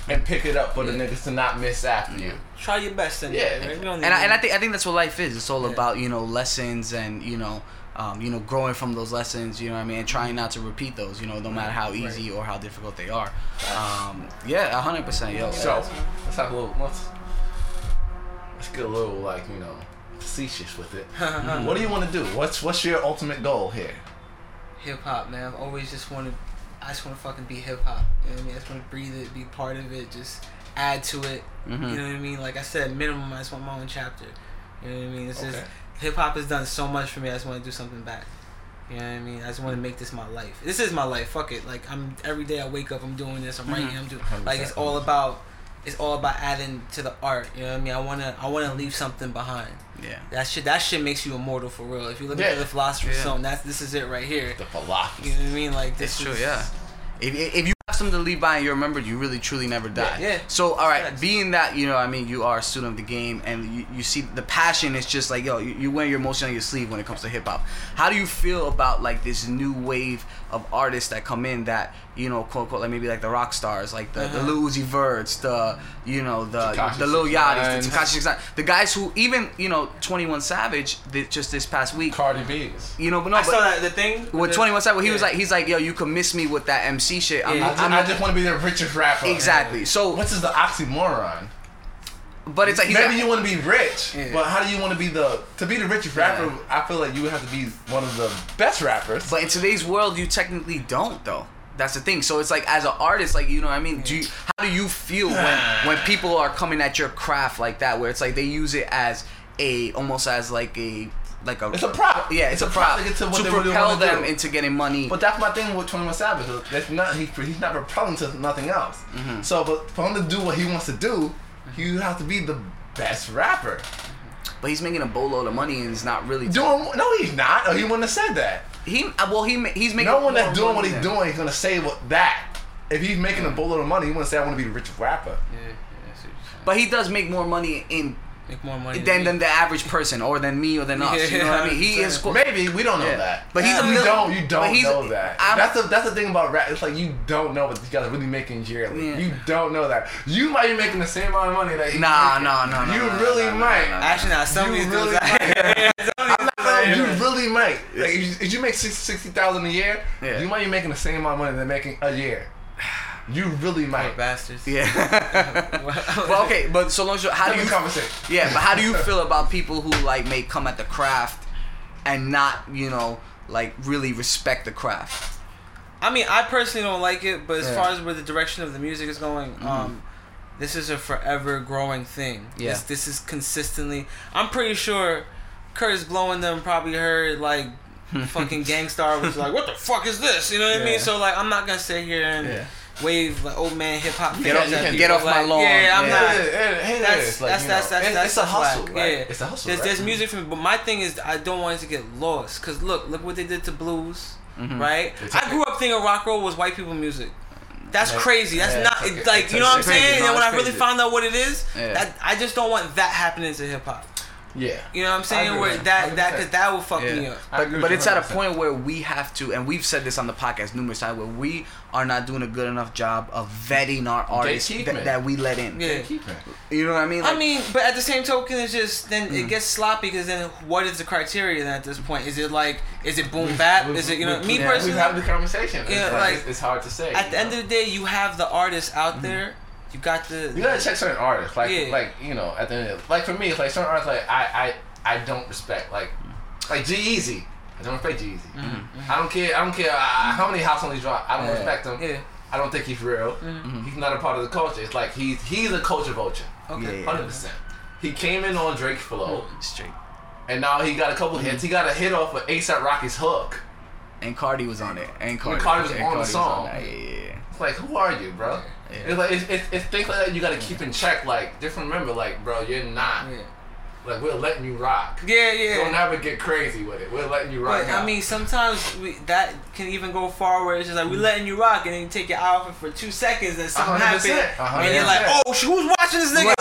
Speaker 4: and pick it up for the
Speaker 6: Mm-hmm. Yeah.
Speaker 4: niggas to not miss after you.
Speaker 6: try your best. In
Speaker 4: Yeah.
Speaker 6: it, right? We don't need
Speaker 3: and I,
Speaker 6: to-
Speaker 3: and I think I think that's what life is. It's all
Speaker 6: Yeah.
Speaker 3: about you know lessons and you know um, you know growing from those lessons. You know what I mean, and trying not to repeat those. You know, no matter how easy or how difficult they are. Um, yeah, hundred percent, yo.
Speaker 4: So let's have a little. Let's, let's get a little like you know facetious with
Speaker 6: [laughs]
Speaker 4: it.
Speaker 6: Uh-huh.
Speaker 4: what do you want to do? What's what's your ultimate goal here?
Speaker 6: hip hop, man. I've always just wanted, I just want to fucking be hip hop. You know what I mean? I just want to breathe it, be part of it, just add to it.
Speaker 4: Mm-hmm.
Speaker 6: You know what I mean? Like I said, minimum, I just want my own chapter. You know what I mean? It's just
Speaker 4: Okay.
Speaker 6: hip hop has done so much for me. I just want to do something back. You know what I mean? I just want
Speaker 4: Mm-hmm.
Speaker 6: to make this my life. This is my life. Fuck it. Like I'm every day I wake up, I'm doing this. I'm
Speaker 4: Mm-hmm.
Speaker 6: writing. I'm doing. Like it's all about. It's all about adding to the art. You know what I mean? I wanna. I wanna
Speaker 4: Mm-hmm.
Speaker 6: leave something behind.
Speaker 3: yeah.
Speaker 6: That shit. That shit makes you immortal for real. If you look
Speaker 4: Yeah.
Speaker 6: at the philosopher's
Speaker 3: Yeah.
Speaker 6: stone, that's this is it right here.
Speaker 4: The philosophy.
Speaker 6: You know what I mean? Like this
Speaker 3: It's true,
Speaker 6: is-
Speaker 3: yeah. If, if you have something to leave by and you're remembered, you really truly never die.
Speaker 6: Yeah.
Speaker 3: So, all right,
Speaker 6: Facts.
Speaker 3: being that you know, I mean, you are a student of the game, and you, you see the passion is just like yo, you, you wear your emotion on your sleeve when it comes to hip hop. How do you feel about like this new wave of artists that come in that you know, quote unquote, like maybe like the rock stars, like the,
Speaker 6: Uh-huh.
Speaker 3: the Lil Uzi Verts, the you know, the
Speaker 4: Tekashi
Speaker 3: the Lil Yachty's, the
Speaker 4: 69s.
Speaker 3: Tekashi 69, the guys who even you know, Twenty One Savage, th- just this past week,
Speaker 4: Cardi B's.
Speaker 3: you know, but no,
Speaker 6: I
Speaker 3: but,
Speaker 6: saw that the thing
Speaker 3: with
Speaker 6: the-
Speaker 3: 21 Savage, he was
Speaker 6: yeah.
Speaker 3: like, he's like, yo, you can miss me with that MC shit. I'm not,
Speaker 4: I
Speaker 6: Yeah.
Speaker 4: just,
Speaker 3: I'm
Speaker 4: I
Speaker 3: not
Speaker 4: just want to be the richest rapper.
Speaker 3: exactly. So,
Speaker 4: What's is the oxymoron?
Speaker 3: but it's like, he's
Speaker 4: Maybe
Speaker 3: like-
Speaker 4: you want to be rich,
Speaker 6: Yeah.
Speaker 4: but how do you want to be the to be the richest rapper? I feel like you would have to be one of the best rappers.
Speaker 3: but in today's world, you technically don't though. That's the thing. So it's like, as an artist, like you know, what I mean, do you, how do you feel when
Speaker 4: [sighs]
Speaker 3: when people are coming at your craft like that, where it's like they use it as a almost as like a like a
Speaker 4: It's a prop.
Speaker 3: Yeah, it's, a prop,
Speaker 4: to
Speaker 3: to,
Speaker 4: get to what they really
Speaker 3: propel
Speaker 4: wanna
Speaker 3: them
Speaker 4: do.
Speaker 3: into getting money.
Speaker 4: But that's my thing with Twenty One Savage. That's not he, he's not repelling to nothing else.
Speaker 3: Mm-hmm.
Speaker 4: So, but for him to do what he wants to do, you have to be the best rapper.
Speaker 3: but he's making a boatload of money and he's not really
Speaker 4: Doing no, he's not. Or he wouldn't have said that.
Speaker 3: He uh, well, he ma- he's making
Speaker 4: No
Speaker 3: more
Speaker 4: one that's doing
Speaker 3: money
Speaker 4: what he's
Speaker 3: than-
Speaker 4: doing is gonna say what that. If he's making
Speaker 3: Mm-hmm.
Speaker 4: a boatload of money, he wouldn't say I want to be the richest rapper.
Speaker 6: Yeah, yeah, I see what you're saying.
Speaker 3: But he does make more money in
Speaker 6: make more money
Speaker 3: than than
Speaker 6: me.
Speaker 3: the average person or than me or than us. you know what I mean? He is. Cool.
Speaker 4: Maybe we don't know
Speaker 3: Yeah.
Speaker 4: that,
Speaker 3: But
Speaker 6: Uh,
Speaker 3: he's a
Speaker 4: you
Speaker 3: mil-
Speaker 4: don't you
Speaker 3: but
Speaker 4: don't
Speaker 3: he's-
Speaker 4: know that.
Speaker 3: I'm-
Speaker 4: that's the that's the thing about rap. It's like you don't know what these guys are really making yearly.
Speaker 3: Yeah.
Speaker 4: You don't know that. You might be making the same amount of money that he's
Speaker 3: Nah,
Speaker 4: making.
Speaker 3: nah, nah, nah,
Speaker 4: You
Speaker 3: nah,
Speaker 4: really
Speaker 3: nah, nah,
Speaker 4: might.
Speaker 3: nah, nah.
Speaker 6: Actually, nah, some of
Speaker 4: You
Speaker 6: these
Speaker 4: really
Speaker 6: dudes. [laughs] I-
Speaker 4: I'm not saying
Speaker 6: Yeah.
Speaker 4: you really might. Like, if, you, if you make six- 60000 a year,
Speaker 3: Yeah.
Speaker 4: you might be making the same amount of money they're making a year. You really might.
Speaker 6: bastards.
Speaker 3: Yeah. [laughs]
Speaker 6: [laughs]
Speaker 3: but okay, but so long. as you- How
Speaker 4: Have
Speaker 3: do
Speaker 4: a
Speaker 3: you?
Speaker 4: conversation.
Speaker 3: Yeah, but how do you feel about people who like may come at the craft and not you know like really respect the craft?
Speaker 6: I mean, I personally don't like it, but as
Speaker 3: Yeah. Mm-hmm.
Speaker 6: far as where the direction of the music is going, um, this is a forever growing thing.
Speaker 3: Yeah.
Speaker 6: This, this is consistently. I'm pretty sure Curtis blowing them probably heard
Speaker 3: [laughs]
Speaker 6: like fucking Gangstar was like, "What the fuck is this?" You know what I
Speaker 4: Yeah.
Speaker 6: mean? So like, I'm not gonna sit here and.
Speaker 4: Yeah.
Speaker 6: Wave like old man hip hop.
Speaker 4: Get off-
Speaker 6: fans at
Speaker 4: get
Speaker 6: people,
Speaker 3: off my
Speaker 6: like,
Speaker 3: lawn.
Speaker 6: Yeah, I'm
Speaker 3: Yeah.
Speaker 6: not.
Speaker 4: It- it- it
Speaker 6: that's
Speaker 4: is, like,
Speaker 6: that's
Speaker 4: you know,
Speaker 6: that's that's
Speaker 4: it-
Speaker 6: that's
Speaker 4: it's a hustle,
Speaker 6: whack.
Speaker 4: right?
Speaker 6: Yeah,
Speaker 4: It's a hustle,
Speaker 6: There's,
Speaker 4: right?
Speaker 6: there's music for me, but my thing is I don't want it to get lost. Cause look, look what they did to blues,
Speaker 4: Mm-hmm.
Speaker 6: right? I grew up thinking rock roll was white people music. That's
Speaker 4: Yeah.
Speaker 6: crazy. That's
Speaker 4: Yeah,
Speaker 6: not
Speaker 4: it's okay.
Speaker 6: it, like
Speaker 4: It's
Speaker 6: you know what I'm
Speaker 4: okay.
Speaker 3: Crazy,
Speaker 6: saying.
Speaker 3: no,
Speaker 6: and when I
Speaker 3: it's
Speaker 6: really
Speaker 3: crazy.
Speaker 6: found out what it is,
Speaker 3: Yeah.
Speaker 6: that I just don't want that happening to hip hop.
Speaker 4: Yeah.
Speaker 6: You know what I'm saying?
Speaker 4: agree
Speaker 6: Where
Speaker 4: with you.
Speaker 6: that that
Speaker 4: 100%.
Speaker 6: cause that will fuck me
Speaker 3: Yeah.
Speaker 6: up.
Speaker 4: I
Speaker 3: But,
Speaker 4: agree with
Speaker 3: but
Speaker 4: you
Speaker 3: it's at a
Speaker 4: 100%.
Speaker 3: point where we have to, and we've said this on the podcast numerous times, where we are not doing a good enough job of vetting our artists
Speaker 4: Gatekeeping.
Speaker 3: that, that we let in.
Speaker 6: Yeah.
Speaker 3: You know what I mean? Like,
Speaker 6: I mean, but at the same token, it's just then
Speaker 4: Mm.
Speaker 6: it gets sloppy because then what is the criteria then at this point? Is it like is it boom bap? Is it you know me
Speaker 4: yeah,
Speaker 6: personally?
Speaker 4: We've had the conversation.
Speaker 6: Yeah,
Speaker 4: it's,
Speaker 6: like,
Speaker 4: it's- it's hard to say.
Speaker 6: at
Speaker 4: you
Speaker 6: the end
Speaker 4: know?
Speaker 6: of the day, you have the artists out
Speaker 3: Mm-hmm.
Speaker 6: there. You got the.
Speaker 4: you gotta check certain artists, like
Speaker 6: Yeah.
Speaker 4: like you know, at the end of like for me, it's like certain artists, like I I I don't respect like like G Easy. I don't respect G Easy.
Speaker 6: Mm-hmm.
Speaker 4: I don't care. I don't care uh, how many house on these drop. I don't
Speaker 3: Mm-hmm. Yeah. Mm-hmm.
Speaker 4: respect him.
Speaker 6: Yeah. Mm-hmm.
Speaker 4: I don't think he's real. He's not a part of the culture. It's like he's he's a culture vulture.
Speaker 6: Okay. Mm-hmm.
Speaker 3: Yeah.
Speaker 4: Hundred percent. He came in on Drake's flow,
Speaker 3: straight. Mm-hmm.
Speaker 4: and now he got a couple hits. He got a hit off of ASAP Rocky's hook.
Speaker 3: And Cardi was on it. And Cardi,
Speaker 4: Cardi was
Speaker 3: and
Speaker 4: on the song.
Speaker 3: that, Yeah, yeah, yeah.
Speaker 4: It's like, who are you, bro?
Speaker 3: Yeah.
Speaker 4: It's like it's, it's, it's things like that you gotta keep in check. Like, just remember, like, bro, you're not.
Speaker 6: Yeah.
Speaker 4: Like, we're letting you rock.
Speaker 6: Yeah, yeah.
Speaker 4: Don't ever get crazy with it. We're letting you rock.
Speaker 6: But
Speaker 4: now.
Speaker 6: I mean, sometimes we, that can even go far where it's just
Speaker 3: Mm-hmm.
Speaker 6: like we letting you rock, and then you take your outfit for two seconds, and something
Speaker 4: 100%,
Speaker 6: happens, and you're
Speaker 4: 100%.
Speaker 6: like, "Oh, sh- who's watching this nigga?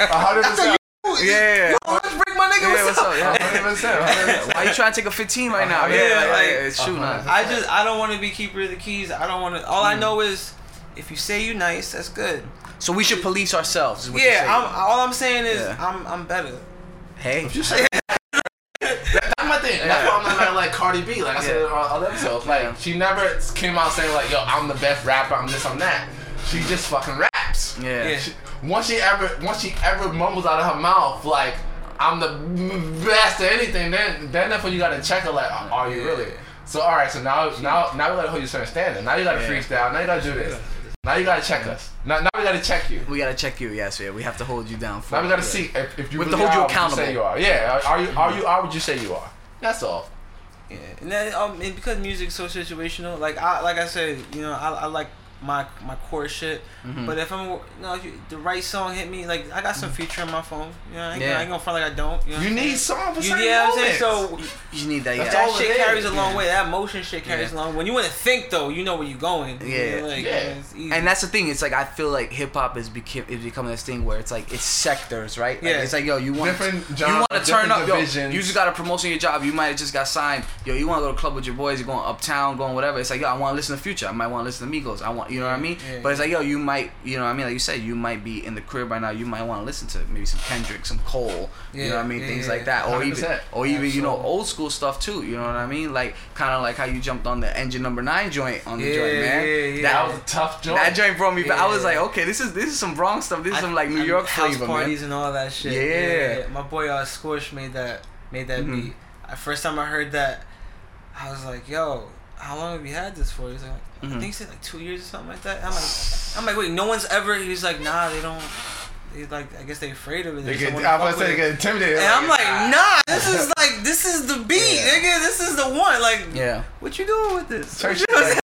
Speaker 4: a hundred percent.
Speaker 3: Yeah.
Speaker 6: Yo, Oh, let's break my nigga.
Speaker 3: Yeah,
Speaker 6: what's
Speaker 3: what's
Speaker 6: up?"
Speaker 3: up?
Speaker 4: a
Speaker 3: Yeah.
Speaker 4: hundred percent, a hundred percent.
Speaker 3: Why you trying to take a 15 right now?
Speaker 4: Uh-huh.
Speaker 3: Yeah,
Speaker 6: Yeah,
Speaker 3: like,
Speaker 6: like-
Speaker 3: yeah, it's true
Speaker 4: Uh-huh.
Speaker 3: now.
Speaker 6: I just I don't want to be keeper of the keys. I don't want to. All I
Speaker 3: Mm.
Speaker 6: know is if you say you nice, that's good.
Speaker 3: So we should police ourselves. Is what
Speaker 6: yeah,
Speaker 3: you're
Speaker 6: I'm, all I'm saying is
Speaker 3: Yeah.
Speaker 6: I'm I'm better.
Speaker 3: saying.
Speaker 4: If
Speaker 3: hey,
Speaker 4: you say that, that's my thing. That's why I'm not mad at, like Cardi B. Like I said
Speaker 3: Yeah.
Speaker 4: on other episodes, like
Speaker 3: Yeah.
Speaker 4: she never came out saying like, "Yo, I'm the best rapper. I'm this. I'm that." She just fucking raps.
Speaker 3: yeah.
Speaker 6: Yeah.
Speaker 4: She, once she ever, once she ever mumbles out of her mouth like, "I'm the best at anything," then then that's when you gotta check her like, "Are you really?" So all right, so now now now we gotta hold you to a standard. Now you gotta
Speaker 3: Yeah.
Speaker 4: freestyle. Now you gotta do this. Now you gotta check us. Now now we gotta check you.
Speaker 3: We gotta check you. Yes, yeah. We have to hold you down. For
Speaker 4: Now we gotta
Speaker 3: it.
Speaker 4: see if, if you
Speaker 3: We have
Speaker 4: really
Speaker 3: to hold you
Speaker 4: are what say
Speaker 3: accountable.
Speaker 4: you are. Yeah, are, are you are you are what you say you are? That's all.
Speaker 6: Yeah, and then um, and because music's so situational, like I like I said, you know, I, I like my my core shit. But if I'm, you know, if you, the right song hit me, like I got some feature on my phone. You know, I ain't,
Speaker 3: Yeah.
Speaker 6: I ain't gonna front like I don't. You, know what
Speaker 4: You
Speaker 6: I'm
Speaker 4: need
Speaker 6: saying?
Speaker 4: song for
Speaker 6: You,
Speaker 4: certain
Speaker 6: yeah, I'm saying
Speaker 4: moments.
Speaker 6: so.
Speaker 3: You need that. yeah.
Speaker 4: That's
Speaker 6: That
Speaker 4: all
Speaker 6: shit
Speaker 4: it is.
Speaker 6: carries a long way. That motion shit carries
Speaker 3: Yeah.
Speaker 6: a long way. When you want to think though, you know where you're going. You
Speaker 3: Yeah.
Speaker 6: know, like,
Speaker 4: Yeah.
Speaker 6: you know, it's easy.
Speaker 3: And that's the thing. It's like I feel like hip hop is became is becoming this thing where it's like it's sectors, right? Like,
Speaker 6: Yeah.
Speaker 3: it's like yo, you want
Speaker 4: Different
Speaker 3: you
Speaker 4: genres,
Speaker 3: want to turn
Speaker 4: different
Speaker 3: up, yo.
Speaker 4: divisions.
Speaker 3: You just got a promotion in your job. You might have just got signed. Yo, you want to go to a club with your boys? You're going uptown, going whatever. It's like yo, I want to listen to Future. I might want to listen to Migos. I want, you know what I mean?
Speaker 6: Yeah.
Speaker 3: But it's like yo, you might, you know what I mean? Like you said, you might be in the crib right now. You might want to listen to maybe some Kendrick, some Cole. You
Speaker 6: Yeah,
Speaker 3: know what I mean?
Speaker 6: yeah,
Speaker 3: Things
Speaker 6: yeah,
Speaker 3: like that, or even
Speaker 4: 100%.
Speaker 3: or even you know
Speaker 6: Absolutely.
Speaker 3: old school stuff too. You know what I mean? Like kind of like how you jumped on the Engine Number Nine joint on the
Speaker 6: Yeah,
Speaker 3: joint, man.
Speaker 6: yeah,
Speaker 3: That
Speaker 6: yeah.
Speaker 4: That was a tough joint.
Speaker 3: that joint brought me back. I was
Speaker 6: Yeah.
Speaker 3: like, okay, this is this is some wrong stuff. This is some like New
Speaker 6: I-
Speaker 3: York
Speaker 6: house
Speaker 3: flavor,
Speaker 6: parties
Speaker 3: man.
Speaker 6: and all that shit.
Speaker 3: Yeah.
Speaker 6: my boy uh, Scorch made that made that
Speaker 4: Mm-hmm.
Speaker 3: Mhm.
Speaker 6: beat. Uh, first time I heard that, I was like, "Yo, how long have you had this for?" He's like, "I
Speaker 4: Mm-hmm.
Speaker 3: Mhm.
Speaker 6: think he said like two years or something like that." I'm like, "I'm like, wait, no one's ever." He's like, "Nah, they don't." He's like, "I guess they afraid of it."
Speaker 4: They
Speaker 6: just
Speaker 4: get,
Speaker 6: don't
Speaker 4: I
Speaker 6: wanna
Speaker 4: was
Speaker 6: fuck
Speaker 4: about to say
Speaker 6: with
Speaker 4: they
Speaker 6: it."
Speaker 4: get intimidated.
Speaker 6: And I'm like, nah, this is like, this is the beat, nigga. This is the one. Like,
Speaker 3: Yeah.
Speaker 6: what you doing with this?
Speaker 3: [laughs]
Speaker 4: Search
Speaker 6: What you
Speaker 4: it.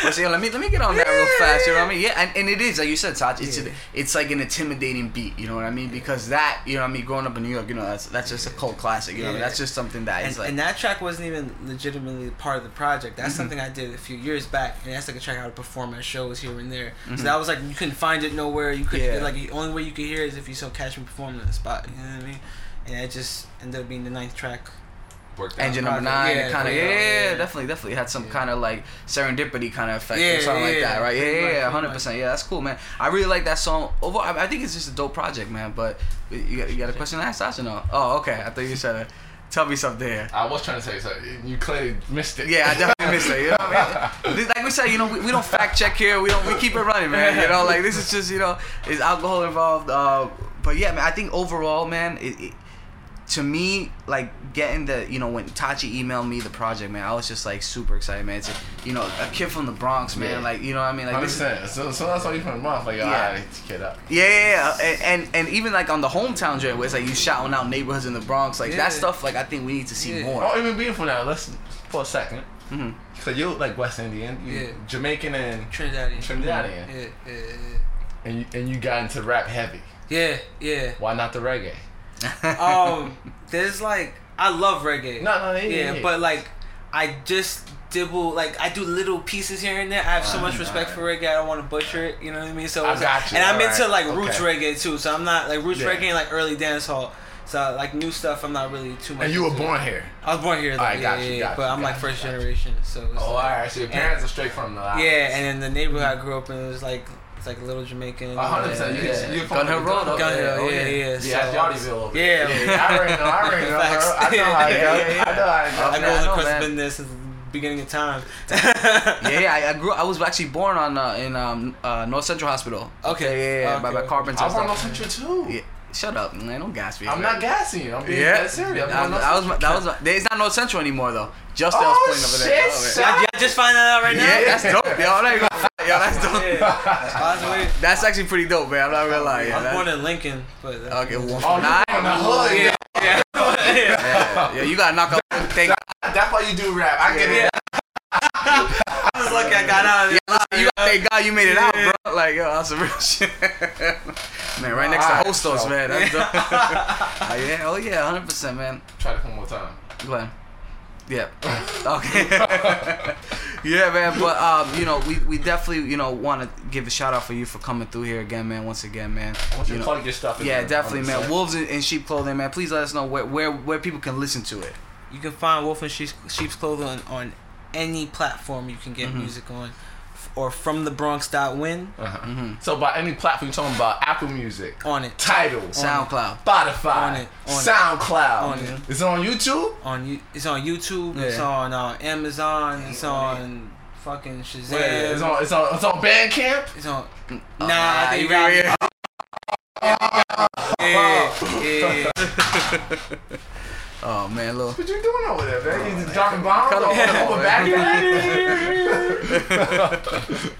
Speaker 3: But so, yo, let me let me get on that real
Speaker 6: Yeah,
Speaker 3: fast. You know
Speaker 6: yeah.
Speaker 3: what I mean? Yeah, and, and it is like you said, Taj. It's
Speaker 6: Yeah.
Speaker 3: it's like an intimidating beat. You know what I mean? Because that you know what I mean. Growing up in New York, you know that's that's just a cult classic. You know what I mean?
Speaker 6: Yeah.
Speaker 3: that's just something that
Speaker 6: and,
Speaker 3: is like Mm-hmm.
Speaker 6: and that track wasn't even legitimately part of the project. That's something I did a few years back, and that's like a track I would perform at shows here and there. So that was like you couldn't find it nowhere. You could
Speaker 3: Mm-hmm. Yeah.
Speaker 6: like the only way you could hear it is if you saw Catch Me performing at the spot. You know what I mean? And it just ended up being the ninth track.
Speaker 3: Engine Number
Speaker 6: project.
Speaker 3: Nine.
Speaker 6: Yeah,
Speaker 3: it kind of
Speaker 6: yeah,
Speaker 3: yeah,
Speaker 6: yeah.
Speaker 3: definitely definitely had some kind of like serendipity kind of effect
Speaker 6: Yeah,
Speaker 3: or something like
Speaker 6: yeah,
Speaker 3: that, right? Yeah,
Speaker 6: pretty
Speaker 3: yeah,
Speaker 6: much,
Speaker 3: yeah,
Speaker 6: pretty
Speaker 3: hundred percent. Yeah, that's cool, man. I really like that song. Overall, I, I think it's just a dope project, man. But you, got- you got a question to ask Sasha? No. Oh, okay. I thought you said it. Tell me something here.
Speaker 4: I was trying to say something. You clearly missed it. [laughs]
Speaker 3: Yeah, I definitely miss it. You know what I mean? Like we said, you know, we, we don't fact check here. We don't. We keep it running, man. You know, like this is just you know, is alcohol involved? Uh, but yeah, man. I think overall, man, it, it, to me, like getting the you know when Tachi emailed me the project, man, I was just like super excited, man. It's you know a kid from the Bronx, man.
Speaker 4: Yeah.
Speaker 3: Like you know what I mean? Like
Speaker 4: Hundred
Speaker 3: this is
Speaker 4: percent. So, so that's all you from the month. Like, yo,
Speaker 3: Yeah.
Speaker 4: all right, kid up.
Speaker 3: yeah, yeah, yeah. And, and and even like on the hometown joint, where it's like you shouting out neighborhoods in the Bronx, like
Speaker 6: Yeah.
Speaker 3: that stuff. Like I think we need to see
Speaker 6: Yeah.
Speaker 3: more.
Speaker 4: Or even being from that, listen for a second.
Speaker 3: Mhm.
Speaker 4: So you like West Indian, you
Speaker 6: Yeah.
Speaker 4: Jamaican, and
Speaker 6: Trinidadian.
Speaker 4: Trinidadian,
Speaker 6: Yeah, yeah,
Speaker 4: and you, and you got into rap heavy.
Speaker 6: yeah. yeah,
Speaker 4: Why not the reggae?
Speaker 6: yeah. Um, there's like I love reggae.
Speaker 4: No, no, yeah,
Speaker 6: yeah, but like I just dibble like I do little pieces here and there. I have so much respect for reggae. I don't want to butcher it. You know what I mean? So
Speaker 4: I
Speaker 6: it's-
Speaker 4: got you,
Speaker 6: and I'm
Speaker 4: alright,
Speaker 6: into like roots
Speaker 4: okay.
Speaker 6: reggae too. So I'm not like roots
Speaker 4: Yeah.
Speaker 6: reggae and like early dance hall. So like new stuff, I'm not really too much.
Speaker 4: and you were
Speaker 6: into.
Speaker 4: born here.
Speaker 6: I was born here. Though.
Speaker 4: Alright,
Speaker 6: yeah,
Speaker 4: got you,
Speaker 6: yeah,
Speaker 4: got
Speaker 6: yeah.
Speaker 4: you,
Speaker 6: But I'm
Speaker 4: got
Speaker 6: like
Speaker 4: you,
Speaker 6: first
Speaker 4: got you.
Speaker 6: generation. So it's
Speaker 4: Oh, all
Speaker 6: like,
Speaker 4: right. So your parents are straight from the islands.
Speaker 6: yeah, and then the neighborhood I grew up in was like it's like a little Jamaican.
Speaker 4: A hundred percent. You
Speaker 6: Yeah,
Speaker 4: can- You're from
Speaker 3: Gun Hill Road,
Speaker 6: Gun Hill,
Speaker 3: Oh,
Speaker 6: yeah, yeah.
Speaker 4: Yeah, that's
Speaker 6: So-
Speaker 4: Yachtyville. over
Speaker 6: Yeah.
Speaker 4: there. I already know. I already know.
Speaker 6: Facts.
Speaker 4: Her. I know how it
Speaker 3: Yeah, yeah,
Speaker 4: goes. I know how it goes.
Speaker 6: I've
Speaker 3: Yeah, I know,
Speaker 6: been
Speaker 3: man.
Speaker 6: Chris been there since the beginning of time.
Speaker 4: [laughs]
Speaker 3: yeah, yeah. I, I grew. I was actually born on uh, in um, uh, North Central Hospital.
Speaker 6: Okay.
Speaker 3: Yeah, yeah, yeah.
Speaker 6: Okay.
Speaker 3: By, by Carpenter.
Speaker 4: I'm
Speaker 3: and
Speaker 4: from North
Speaker 3: stuff.
Speaker 4: Central too.
Speaker 3: Yeah. Shut up, man. Don't gas me.
Speaker 4: I'm
Speaker 3: man.
Speaker 4: not gassing you. I'm being
Speaker 3: Yeah.
Speaker 4: dead serious. I'm
Speaker 3: That,
Speaker 4: from North
Speaker 3: that was my, that was my, it's not North Central anymore though. Just
Speaker 4: Oh,
Speaker 3: that was pointing over there.
Speaker 4: shit,
Speaker 3: Oh,
Speaker 4: son.
Speaker 3: yeah.
Speaker 6: Y'all y'all just find that out right now.
Speaker 3: Yeah, that's dope, yo. I'm not even gonna lie, yo, that's dope.
Speaker 6: Yeah. I was waiting-
Speaker 3: That's actually pretty dope, man. I'm not gonna lie.
Speaker 6: I
Speaker 3: Yeah,
Speaker 6: was born
Speaker 3: that,
Speaker 6: in Lincoln, but uh,
Speaker 3: okay, one
Speaker 4: Oh,
Speaker 3: from
Speaker 4: you
Speaker 3: nine.
Speaker 4: from the hood.
Speaker 6: [laughs] yeah, yeah.
Speaker 3: Yeah, yeah, you gotta knock out one thing.
Speaker 4: That's why you do rap. I get it.
Speaker 6: I was lucky I got out of
Speaker 3: Yeah,
Speaker 6: there.
Speaker 3: listen, you gotta thank God you made it out, bro. Like, yo, that's some real [laughs] shit. man, right next to
Speaker 4: Alright,
Speaker 3: host us,
Speaker 4: so-
Speaker 3: man. That's
Speaker 4: [laughs]
Speaker 3: dope. [laughs] oh, yeah, oh yeah, hundred percent, man.
Speaker 4: Try it one more time.
Speaker 3: Go ahead. Yeah. Okay. [laughs] yeah, man. But um, you know, we, we definitely you know want to give a shout out for you for coming through here again, man. Once again, man.
Speaker 4: I want you,
Speaker 3: You
Speaker 4: to
Speaker 3: know-
Speaker 4: plug your stuff. in
Speaker 3: yeah,
Speaker 4: there on
Speaker 3: definitely,
Speaker 4: the
Speaker 3: man.
Speaker 4: side.
Speaker 3: Wolves in, in sheep clothing, man. Please let us know where where, where people can listen to it.
Speaker 6: You can find Wolf and Sheep's, Sheep's Clothing on, on any platform you can get music on, F- or from the Bronx.win
Speaker 4: Uh-huh. So by any platform, you're talking about Apple Music,
Speaker 6: on it.
Speaker 4: Title,
Speaker 3: SoundCloud.
Speaker 4: Spotify,
Speaker 6: On it, on it.
Speaker 4: SoundCloud.
Speaker 6: On it.
Speaker 4: It's on YouTube.
Speaker 6: On you, it's on YouTube. It's
Speaker 3: Yeah.
Speaker 6: on uh, Amazon. It's on fucking Shazam.
Speaker 4: Yeah, It's on. It's on. It's on Bandcamp.
Speaker 6: It's on. Nah, I
Speaker 3: uh,
Speaker 6: think you got
Speaker 3: yeah,
Speaker 6: it. Yeah, yeah.
Speaker 3: Oh man, little.
Speaker 4: What you doing over there, man?
Speaker 3: Oh,
Speaker 4: You just dropping bombs?
Speaker 3: Cut
Speaker 4: Cut
Speaker 3: off.
Speaker 4: over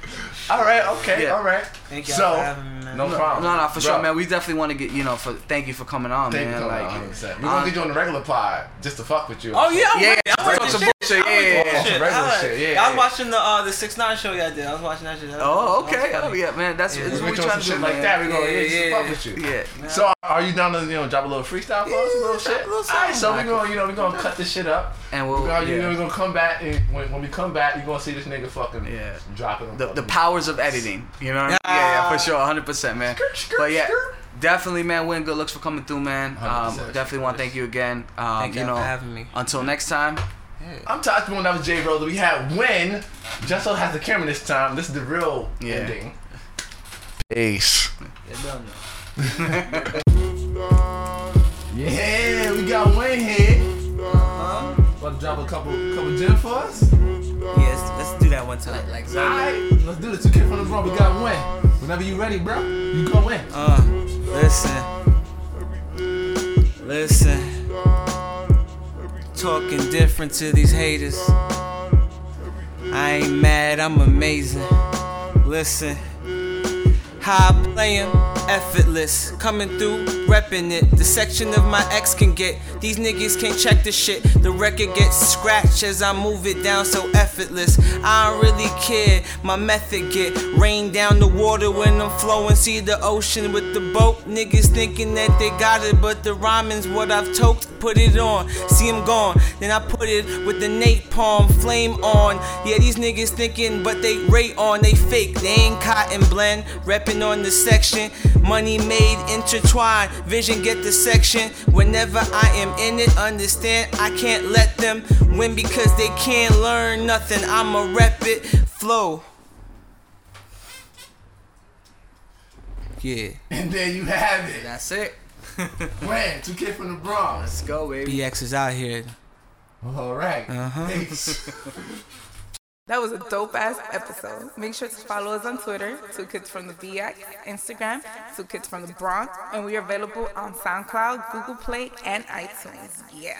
Speaker 3: [laughs]
Speaker 4: all right. Okay.
Speaker 3: Yeah.
Speaker 4: All right.
Speaker 6: Thank you
Speaker 4: So,
Speaker 6: for having me, man.
Speaker 4: No
Speaker 3: No,
Speaker 4: problem.
Speaker 3: no, for
Speaker 4: Bro,
Speaker 3: sure, man. We definitely want to get you know for thank you for coming on,
Speaker 4: Thank
Speaker 3: man.
Speaker 4: you.
Speaker 3: like, um, uh,
Speaker 4: We're gonna get you on the regular pod just to fuck with you.
Speaker 6: Oh yeah, I'm
Speaker 3: Yeah,
Speaker 6: with it. I'm with
Speaker 3: talk
Speaker 6: this
Speaker 3: some
Speaker 6: shit.
Speaker 3: bullshit,
Speaker 6: I'm with
Speaker 3: yeah,
Speaker 6: this
Speaker 3: yeah,
Speaker 4: yeah.
Speaker 6: shit.
Speaker 4: Regular
Speaker 6: I was-
Speaker 4: shit, yeah,
Speaker 6: I
Speaker 4: yeah.
Speaker 6: was watching the uh, the six nine show y'all did. I was watching that shit. That
Speaker 3: Oh,
Speaker 6: was- that was
Speaker 3: okay. Oh,
Speaker 6: funny.
Speaker 3: yeah, man. That's, that's
Speaker 4: We're
Speaker 3: what
Speaker 4: gonna
Speaker 3: we
Speaker 4: do
Speaker 3: trying
Speaker 4: some
Speaker 3: to
Speaker 4: shit
Speaker 3: do,
Speaker 4: like
Speaker 3: man.
Speaker 4: that. We're gonna
Speaker 6: Yeah,
Speaker 4: yeah,
Speaker 6: yeah,
Speaker 4: just fuck with you.
Speaker 3: Yeah.
Speaker 4: So are you down to you know drop a little freestyle for us, a little shit?
Speaker 6: a little
Speaker 4: All right, so we're
Speaker 3: something.
Speaker 4: gonna you know we're gonna cut this shit up.
Speaker 3: And we'll-
Speaker 4: we're gonna, you
Speaker 3: yeah.
Speaker 4: know, we're gonna come back and when, when we come back you're gonna see this nigga fucking
Speaker 3: Yeah.
Speaker 4: dropping
Speaker 3: the, the powers of editing. You know what I mean?
Speaker 6: Yeah.
Speaker 3: Yeah, yeah, for sure, 100 percent man. But yeah, definitely, man. Win, good looks for coming through, man. Um,
Speaker 4: 100%.
Speaker 3: definitely want to thank you again. Um,
Speaker 6: Thank
Speaker 3: you
Speaker 6: you
Speaker 3: know,
Speaker 6: for having me.
Speaker 3: until next time.
Speaker 4: I'm talking when I was Jay Roller. We had when Justo has the camera this time. This is the real
Speaker 3: Yeah.
Speaker 4: ending. Peace.
Speaker 6: Yeah, done, though.
Speaker 4: Yeah, we got Wayne here. About to drop a couple couple gems for us.
Speaker 6: Yeah, let's, let's do that one time. Like,
Speaker 4: Alright, let's do this. Two kids from the front, we got Wayne. Whenever you ready, bro, you go in.
Speaker 6: uh, listen, listen. Talking different to these haters. I ain't mad, I'm amazing. Listen, how I play 'em, effortless. Coming through, repping it. The section of my ex can get. These niggas can't check the shit. The record gets scratched as I move it down so effortless. I don't really care. My method get rain down the water when I'm flowing. See the ocean with the boat. Niggas thinking that they got it, but the rhyming's what I've toked. Put it on, see 'em gone. Then I put it with the napalm flame on. Yeah, these niggas thinking, but they rate on. They fake, they ain't cotton blend. Reppin' on the section. Money made intertwined. Vision get the section. Whenever I am in it, understand I can't let them win because they can't learn nothing. I'ma rep it. Flow. Yeah,
Speaker 4: And there you have it.
Speaker 3: That's it.
Speaker 4: Wayne, two kids from the Bronx.
Speaker 3: Let's go, baby.
Speaker 6: BX is out here.
Speaker 4: Alright. Peace.
Speaker 1: That was a dope ass episode. Make sure to follow us on Twitter, Two Kids from the BX, Instagram, Two Kids from the Bronx, and we are available on SoundCloud, Google Play, and iTunes. Yeah.